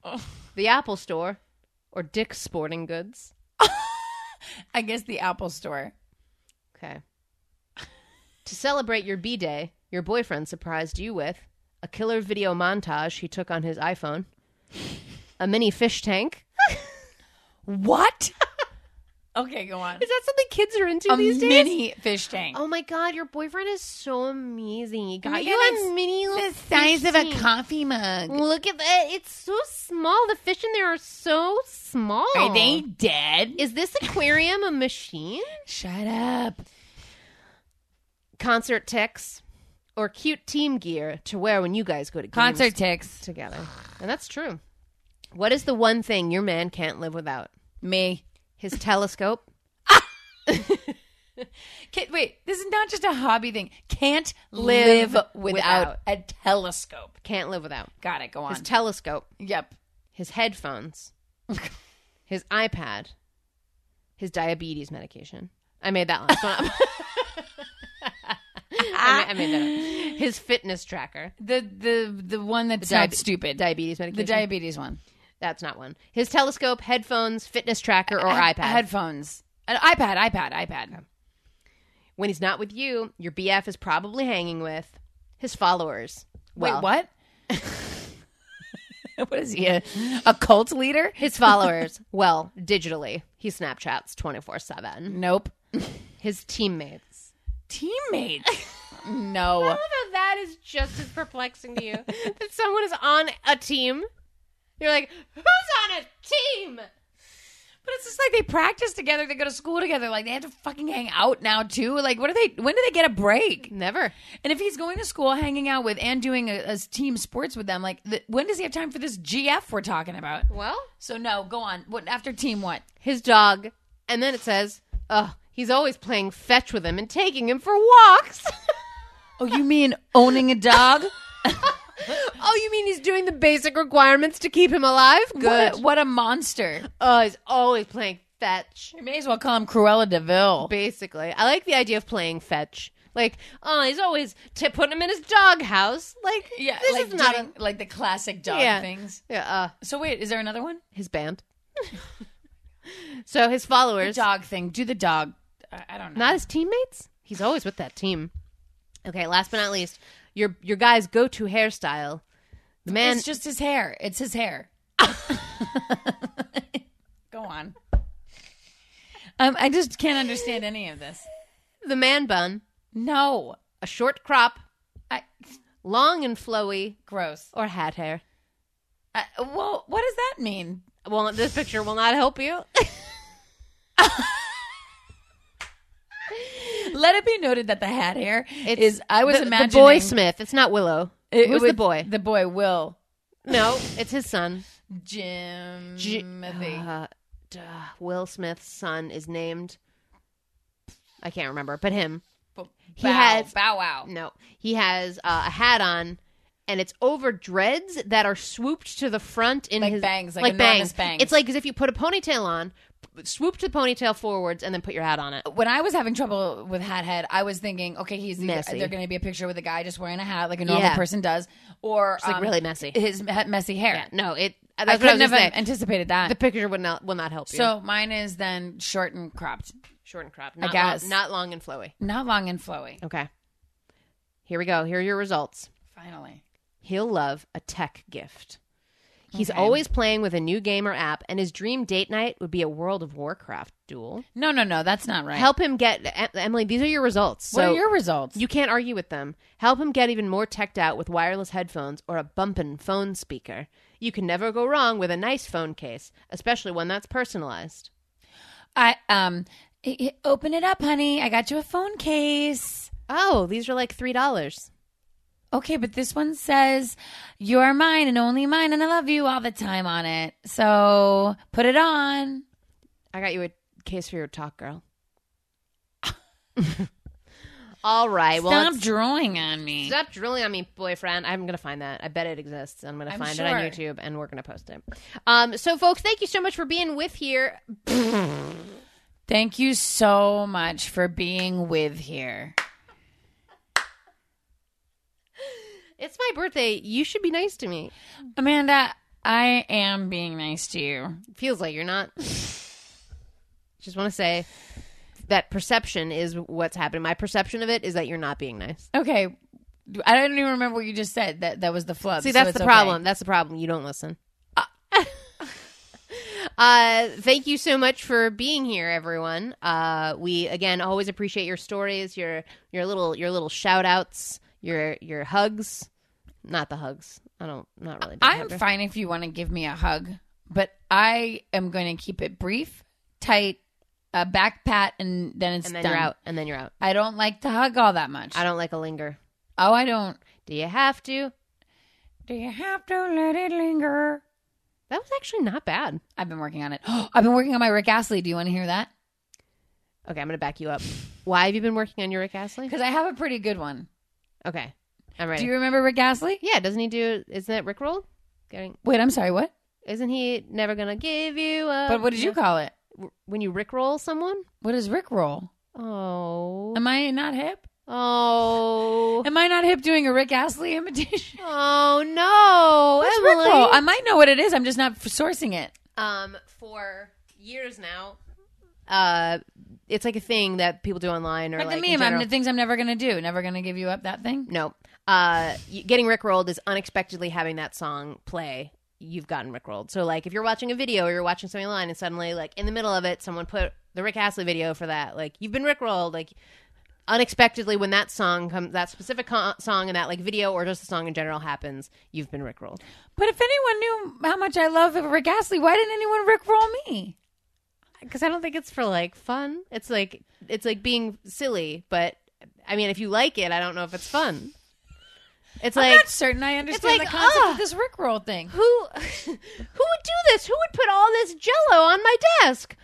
Speaker 2: Oh.
Speaker 1: the Apple Store, or Dick's Sporting Goods.
Speaker 2: I guess the Apple Store.
Speaker 1: Okay. [laughs] to celebrate your B day, your boyfriend surprised you with a killer video montage he took on his iPhone, a mini fish tank.
Speaker 2: What? [laughs] okay, go on.
Speaker 1: Is that something kids are into
Speaker 2: A
Speaker 1: these days?
Speaker 2: mini fish tank.
Speaker 1: Oh my god, your boyfriend is so amazing. He got
Speaker 2: my
Speaker 1: you
Speaker 2: God,
Speaker 1: a
Speaker 2: it's
Speaker 1: mini little fish tank.
Speaker 2: coffee mug.
Speaker 1: Look at that. It's so small. The fish in there are so small.
Speaker 2: Are they dead?
Speaker 1: Is this aquarium a machine?
Speaker 2: Shut up.
Speaker 1: Concert ticks or cute team gear to wear when you guys go to games
Speaker 2: Concert ticks. [sighs]
Speaker 1: together. And that's true. What is the one thing your man can't live without?
Speaker 2: Me.
Speaker 1: His telescope.
Speaker 2: Can, wait, this is not just a hobby thing. Can't
Speaker 1: Live
Speaker 2: live, without,
Speaker 1: without.
Speaker 2: a telescope.
Speaker 1: Can't live without.
Speaker 2: Got it. Go on.
Speaker 1: His telescope,
Speaker 2: yep.
Speaker 1: his
Speaker 2: [laughs]
Speaker 1: headphones, his iPad, his diabetes medication. I made that last one up. [laughs] I, ma- I made that up. His fitness tracker.
Speaker 2: The the the one that's
Speaker 1: diabe-
Speaker 2: not stupid.
Speaker 1: Diabetes medication.
Speaker 2: the diabetes one.
Speaker 1: That's not one. His telescope, headphones, fitness tracker, or
Speaker 2: Head-
Speaker 1: iPad.
Speaker 2: Headphones. An iPad. iPad. iPad.
Speaker 1: when he's not with you, your BF is probably hanging with his followers. Well,
Speaker 2: wait, [laughs] what? what is he? A, a cult leader?
Speaker 1: His followers. well, digitally, he Snapchats 24 7.
Speaker 2: Nope.
Speaker 1: His teammates.
Speaker 2: Teammates. [laughs] no.
Speaker 1: Although that is just as perplexing [laughs] to you that someone is on a team. You're like, who's on a team?
Speaker 2: But it's just like they practice together. They go to school together. Like they have to fucking hang out now too. Like what are they? When do they get a break?
Speaker 1: Never.
Speaker 2: And if he's going to school, hanging out with, and doing a, a team sports with them, like the, when does he have time for this GF we're talking about?
Speaker 1: Well,
Speaker 2: So no, go on. What after team? What?
Speaker 1: his dog, and then it says, "Oh, he's always playing fetch with him and taking him for [laughs] walks."
Speaker 2: Oh, you mean owning a [laughs] dog?
Speaker 1: oh, you mean he's doing the basic requirements to keep him alive? Good.
Speaker 2: What, a, what a monster!
Speaker 1: Oh, he's always playing fetch.
Speaker 2: You may as well call him Cruella Deville.
Speaker 1: Basically, I like the idea of playing fetch. Like, oh, he's always t- putting him in his doghouse. Like,
Speaker 2: Yeah,
Speaker 1: this
Speaker 2: like
Speaker 1: is not
Speaker 2: doing- like the classic dog
Speaker 1: Yeah.
Speaker 2: things.
Speaker 1: a yeah, uh,
Speaker 2: So wait, is there another one?
Speaker 1: his band. [laughs] so his
Speaker 2: The
Speaker 1: followers,
Speaker 2: dog thing. Do the dog. I, I don't know.
Speaker 1: not his teammates. He's always with that team. Okay, last but not least, your your guy's go to hairstyle. The man,
Speaker 2: it's just his hair. It's
Speaker 1: [laughs]
Speaker 2: his hair. Go on. Um, I just can't understand any of this.
Speaker 1: the man bun,
Speaker 2: No.
Speaker 1: a short crop,
Speaker 2: I,
Speaker 1: long and flowy,
Speaker 2: gross.
Speaker 1: or hat hair.
Speaker 2: I, well, what does that mean?
Speaker 1: Well, this picture will not help you.
Speaker 2: Let it be noted that the hat hair
Speaker 1: It's-
Speaker 2: is. I was
Speaker 1: the,
Speaker 2: imagining
Speaker 1: the boy Smith. It's not Willow.
Speaker 2: it- it
Speaker 1: Who's
Speaker 2: was-
Speaker 1: the boy?
Speaker 2: The boy Will
Speaker 1: No, it's his son.
Speaker 2: Jim.
Speaker 1: J-
Speaker 2: Jimothy.
Speaker 1: uh, duh, Will Smith's son is named. I can't remember, but him.
Speaker 2: Bow-
Speaker 1: he has-
Speaker 2: Bow Wow.
Speaker 1: No, he has uh, a hat on, and it's over dreads that are swooped to the front in
Speaker 2: Like
Speaker 1: his
Speaker 2: bangs, like enormous bangs.
Speaker 1: It's like as if you put a ponytail on, p- swooped the ponytail forwards, and then put your hat on it.
Speaker 2: when I was having trouble with hat head, I was thinking, okay, he's
Speaker 1: Messy.
Speaker 2: they're going to be a picture with a guy just wearing a hat like a normal
Speaker 1: Yeah.
Speaker 2: person does, or
Speaker 1: like,
Speaker 2: um,
Speaker 1: really messy.
Speaker 2: His me- messy hair.
Speaker 1: Yeah, no, it. That's
Speaker 2: I
Speaker 1: what I
Speaker 2: couldn't
Speaker 1: was
Speaker 2: have
Speaker 1: gonna say.
Speaker 2: anticipated that.
Speaker 1: The picture would not will not help you.
Speaker 2: so mine is then short and cropped,
Speaker 1: short and cropped. Not
Speaker 2: guess.
Speaker 1: Long, not long and flowy.
Speaker 2: not long and flowy.
Speaker 1: Okay. Here we go. Here are your results.
Speaker 2: Finally,
Speaker 1: He'll love a tech gift. He's
Speaker 2: Okay.
Speaker 1: always playing with a new game or app, and his dream date night would be a World of Warcraft duel.
Speaker 2: no, no, no, that's not right.
Speaker 1: Help him get Em- Emily. These are your results.
Speaker 2: What
Speaker 1: so
Speaker 2: are your results?
Speaker 1: you can't argue with them. Help him get even more teched out with wireless headphones or a bumpin' phone speaker. You can never go wrong with a nice phone case, especially one that's personalized.
Speaker 2: I um, i- i- open it up, honey. I got you a phone case.
Speaker 1: Oh, these are like three dollars.
Speaker 2: Okay, but this one says you're mine and only mine, and I love you all the time on it. So put it on.
Speaker 1: I got you a case for your talk, girl. [laughs] All right. Well,
Speaker 2: Stop
Speaker 1: it's-
Speaker 2: drawing on me.
Speaker 1: Stop drilling on me, boyfriend. I'm going to find that. I bet it exists. I'm going to
Speaker 2: I'm
Speaker 1: find it on
Speaker 2: sure.
Speaker 1: YouTube and we're going to post it. Um, so, folks, thank you so much for being with here.
Speaker 2: Thank you so much for being with here.
Speaker 1: It's my birthday. You should be nice to me.
Speaker 2: Amanda, I am being nice to you.
Speaker 1: Feels like you're not. Just want to say that perception is what's happening. My perception of it is that you're not being nice.
Speaker 2: Okay. I don't even remember what you just said. That that was the flub.
Speaker 1: See,
Speaker 2: so
Speaker 1: that's
Speaker 2: it's
Speaker 1: the
Speaker 2: okay.
Speaker 1: problem. That's the problem. You don't listen. [laughs] Uh, thank you so much for being here, everyone. Uh, we again always appreciate your stories, your your little your little shout outs, your your hugs. Not the hugs. I don't not really. a big
Speaker 2: I'm
Speaker 1: hugger.
Speaker 2: fine if you want to give me a hug, but I am going to keep it brief, tight, a back pat, and then it's
Speaker 1: and then
Speaker 2: done.
Speaker 1: you're out. And then you're out.
Speaker 2: I don't like to hug all that much.
Speaker 1: I don't like a linger.
Speaker 2: oh, I don't.
Speaker 1: Do you have to?
Speaker 2: Do you have to let it linger?
Speaker 1: That was actually not bad.
Speaker 2: I've been working on it. [gasps] I've been working on my Rick Astley. Do you want to hear that?
Speaker 1: Okay, I'm gonna back you up. Why have you been working on your Rick
Speaker 2: [laughs]
Speaker 1: Astley?
Speaker 2: Because I have a pretty good one.
Speaker 1: Okay, I'm ready.
Speaker 2: Do you remember Rick Astley?
Speaker 1: yeah, doesn't he do? Isn't that Rick roll? Getting
Speaker 2: Wait, I'm sorry. What?
Speaker 1: isn't he never gonna give you? Up?
Speaker 2: But what did you call it?
Speaker 1: when you Rick roll someone?
Speaker 2: What is Rick roll?
Speaker 1: Oh.
Speaker 2: Am I not hip?
Speaker 1: Oh.
Speaker 2: Am I not hip doing a Rick Astley [laughs] imitation?
Speaker 1: Oh no,
Speaker 2: What's
Speaker 1: Emily.
Speaker 2: Rick roll? I might know what it is. I'm just not f- sourcing it.
Speaker 1: um, for years now, uh, it's like a thing that people do online or
Speaker 2: Like,
Speaker 1: like
Speaker 2: the
Speaker 1: in
Speaker 2: meme, I'm
Speaker 1: general-
Speaker 2: the things I'm never gonna do. Never gonna give you up that thing.
Speaker 1: no, uh, y- getting rickrolled is unexpectedly having that song play. You've gotten rickrolled. So like, if you're watching a video or you're watching something online, and suddenly like in the middle of it, someone put the Rick Astley video for that. Like you've been rickrolled. Like unexpectedly, when that song comes, that specific co- song and that like video or just the song in general happens, you've been rickrolled.
Speaker 2: But if anyone knew how much I love Rick Astley, why didn't anyone Rick roll me?
Speaker 1: because I don't think it's for like fun. It's like it's like being silly, but I mean, if you like it, I don't know if it's fun. It's
Speaker 4: I'm
Speaker 1: like
Speaker 4: not certain I
Speaker 1: like,
Speaker 4: understand the concept
Speaker 1: ah.
Speaker 4: of this Rickroll thing.
Speaker 1: who [laughs] who would do this? Who would put all this Jello on my desk?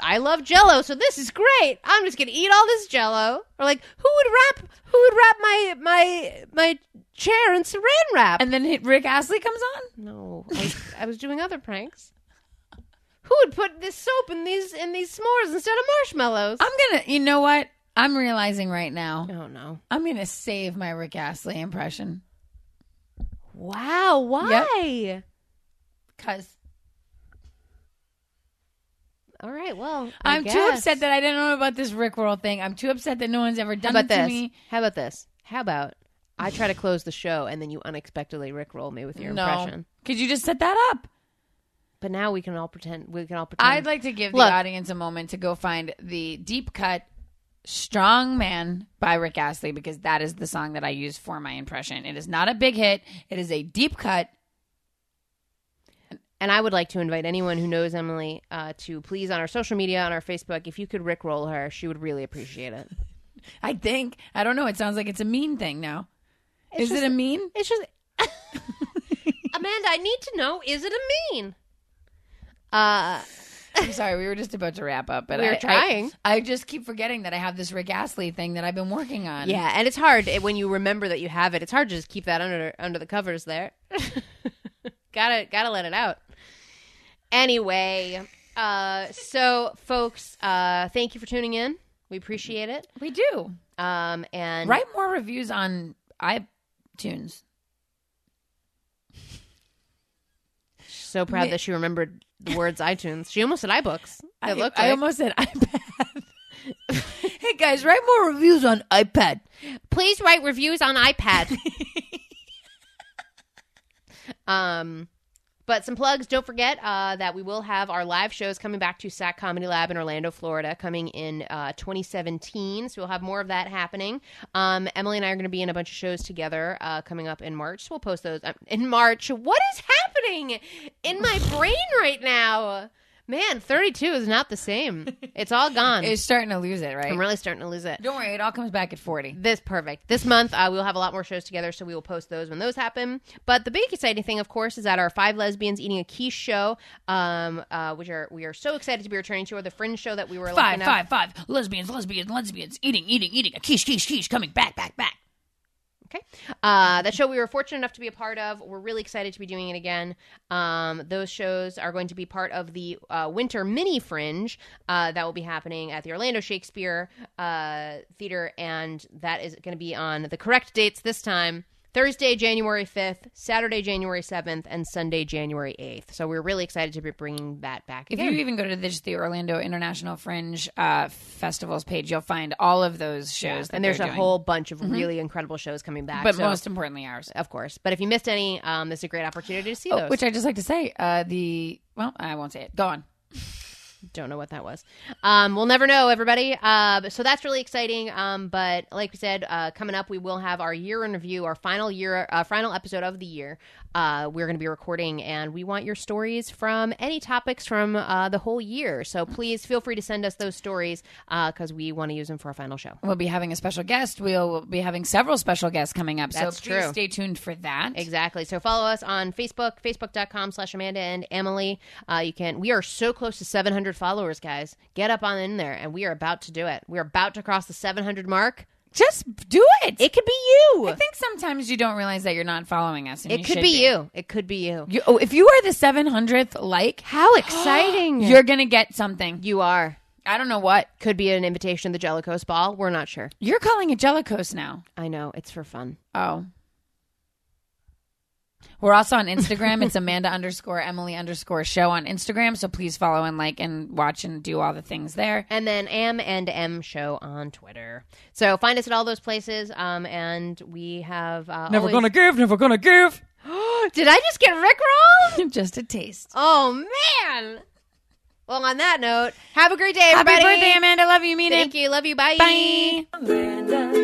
Speaker 1: I love Jello, so this is great. I'm just gonna eat all this Jello. Or like, who would wrap? Who would wrap my my my chair in Saran wrap?
Speaker 4: And then hit Rick Astley comes on.
Speaker 1: no, I was, I was doing other pranks. Who would put this soap in these in these s'mores instead of marshmallows?
Speaker 2: I'm gonna. You know what? I'm realizing right now.
Speaker 1: oh no!
Speaker 2: I'm gonna save my Rick Astley impression
Speaker 1: Wow, why?
Speaker 2: because
Speaker 1: All right, well, I
Speaker 2: I'm too
Speaker 1: guess.
Speaker 2: upset that I didn't know about this Rickroll thing. I'm too upset that no one's ever
Speaker 1: How
Speaker 2: done
Speaker 1: about
Speaker 2: it to
Speaker 1: this?
Speaker 2: me.
Speaker 1: How about this? How about I try to close the show and then you unexpectedly rickroll me with your
Speaker 2: No,
Speaker 1: impression?
Speaker 2: could you just set that up?
Speaker 1: But now we can all pretend. We can all pretend.
Speaker 2: I'd like to give the
Speaker 1: Look.
Speaker 2: audience a moment to go find the deep cut Strong Man by Rick Astley because that is the song that I use for my impression. It is not a big hit, it is a deep cut.
Speaker 1: and I would like to invite anyone who knows Emily uh, to please on our social media on our Facebook. If you could rickroll her, she would really appreciate it.
Speaker 2: I think. I don't know. It sounds like it's a mean thing now. is
Speaker 1: just-
Speaker 2: it
Speaker 1: [laughs]
Speaker 2: a mean?
Speaker 1: [laughs] It's just Amanda. I need to know: is it a mean? Uh,
Speaker 2: I'm sorry. We were just about to wrap up, but
Speaker 1: We were
Speaker 2: I, I-
Speaker 1: trying.
Speaker 2: I, just keep forgetting that I have this Rick Astley thing that I've been working on.
Speaker 1: yeah, and it's hard it- when you remember that you have it. It's hard to just keep that under under the covers there. [laughs] gotta gotta let it out. Anyway, uh, so folks, uh, thank you for tuning in. We appreciate it.
Speaker 2: we do.
Speaker 1: Um, and
Speaker 2: Write more reviews on iTunes.
Speaker 1: so proud that she remembered the words iTunes. She almost said iBooks. It
Speaker 2: I,
Speaker 1: looked
Speaker 2: I
Speaker 1: like.
Speaker 2: almost said [laughs] iPad. hey guys, write more reviews on iPad.
Speaker 1: Please write reviews on iPad. um, but some plugs. Don't forget uh, that we will have our live shows coming back to SAC Comedy Lab in Orlando, Florida, coming in uh, 2017. So we'll have more of that happening. Um, Emily and I are going to be in a bunch of shows together uh, coming up in March. So we'll post those um, in March. What is happening in my brain right now? Man, 32 is not the same. It's all gone.
Speaker 2: It's starting to lose it, right?
Speaker 1: I'm really starting to lose it.
Speaker 2: Don't worry, it all comes back at 40.
Speaker 1: This perfect. This month uh, we'll have a lot more shows together, so we will post those when those happen. But the big exciting thing, of course, is that our five lesbians eating a quiche show, um, uh, which are we are so excited to be returning to, or the fringe show that we were
Speaker 2: Five,
Speaker 1: looking up.
Speaker 2: five, five. Lesbians, lesbians, lesbians. Eating, eating, eating. A quiche, quiche, quiche. Coming back, back, back.
Speaker 1: Okay, uh, that show we were fortunate enough to be a part of. We're really excited to be doing it again. Um, those shows are going to be part of the uh, winter mini fringe uh, that will be happening at the Orlando Shakespeare uh, Theater, and that is going to be on the correct dates this time. Thursday, January 5th, Saturday, January 7th, and Sunday, January 8th. So we're really excited to be bringing that back
Speaker 2: If
Speaker 1: again.
Speaker 2: you even go to the, just the Orlando International Fringe uh, Festivals page, you'll find all of those shows. that
Speaker 1: and there's a
Speaker 2: they're doing. Mm-hmm.
Speaker 1: whole bunch of really incredible shows coming back.
Speaker 2: but
Speaker 1: so-
Speaker 2: most importantly, ours.
Speaker 1: of course. But if you missed any, um, this is a great opportunity to see those.
Speaker 2: Oh, Which I just like to say, uh, the well, I won't say it. Go on.
Speaker 1: don't know what that was. Um, we'll never know, everybody. Uh, so that's really exciting. Um, but like we said, uh, coming up, we will have our year in review, our final year, uh, final episode of the year. Uh, we're going to be recording, and we want your stories from any topics from uh, the whole year. So please feel free to send us those stories because we want to use them for our final show.
Speaker 2: We'll be having a special guest. We'll be having several special guests coming up.
Speaker 1: That's
Speaker 2: so please
Speaker 1: true.
Speaker 2: stay tuned for that.
Speaker 1: Exactly. So follow us on Facebook, facebook.com slash Amanda and Emily. Uh, you can, we are so close to 700 followers, guys. Get up on in there, and we are about to do it. We're about to cross the 700 mark.
Speaker 2: Just do it.
Speaker 1: It could be you.
Speaker 2: I think sometimes you don't realize that you're not following us. And
Speaker 1: it
Speaker 2: you
Speaker 1: could
Speaker 2: should
Speaker 1: be, you. It could be you.
Speaker 2: You- oh, if you are the 700th like,
Speaker 1: [gasps] How exciting.
Speaker 2: you're going to get something.
Speaker 1: you are.
Speaker 2: I don't know what.
Speaker 1: Could be an invitation to the Jellicoe's ball. We're not sure.
Speaker 2: You're calling it Jellicose now.
Speaker 1: I know. It's for fun.
Speaker 2: Oh. We're also on Instagram.
Speaker 1: [laughs]
Speaker 2: it's Amanda underscore Emily underscore show on Instagram. So please follow and like and watch and do all the things there.
Speaker 1: And then M and M show on Twitter. So find us at all those places. Um, and we have uh, never gonna give, never gonna give. Did I just get rickrolled?
Speaker 2: [laughs] Just a taste.
Speaker 1: Oh man. Well, on that note, have a great day, everybody.
Speaker 2: Happy birthday, Amanda. Love you. Mean it.
Speaker 1: Thank you. Love you. Bye.
Speaker 2: Bye.
Speaker 3: Amanda.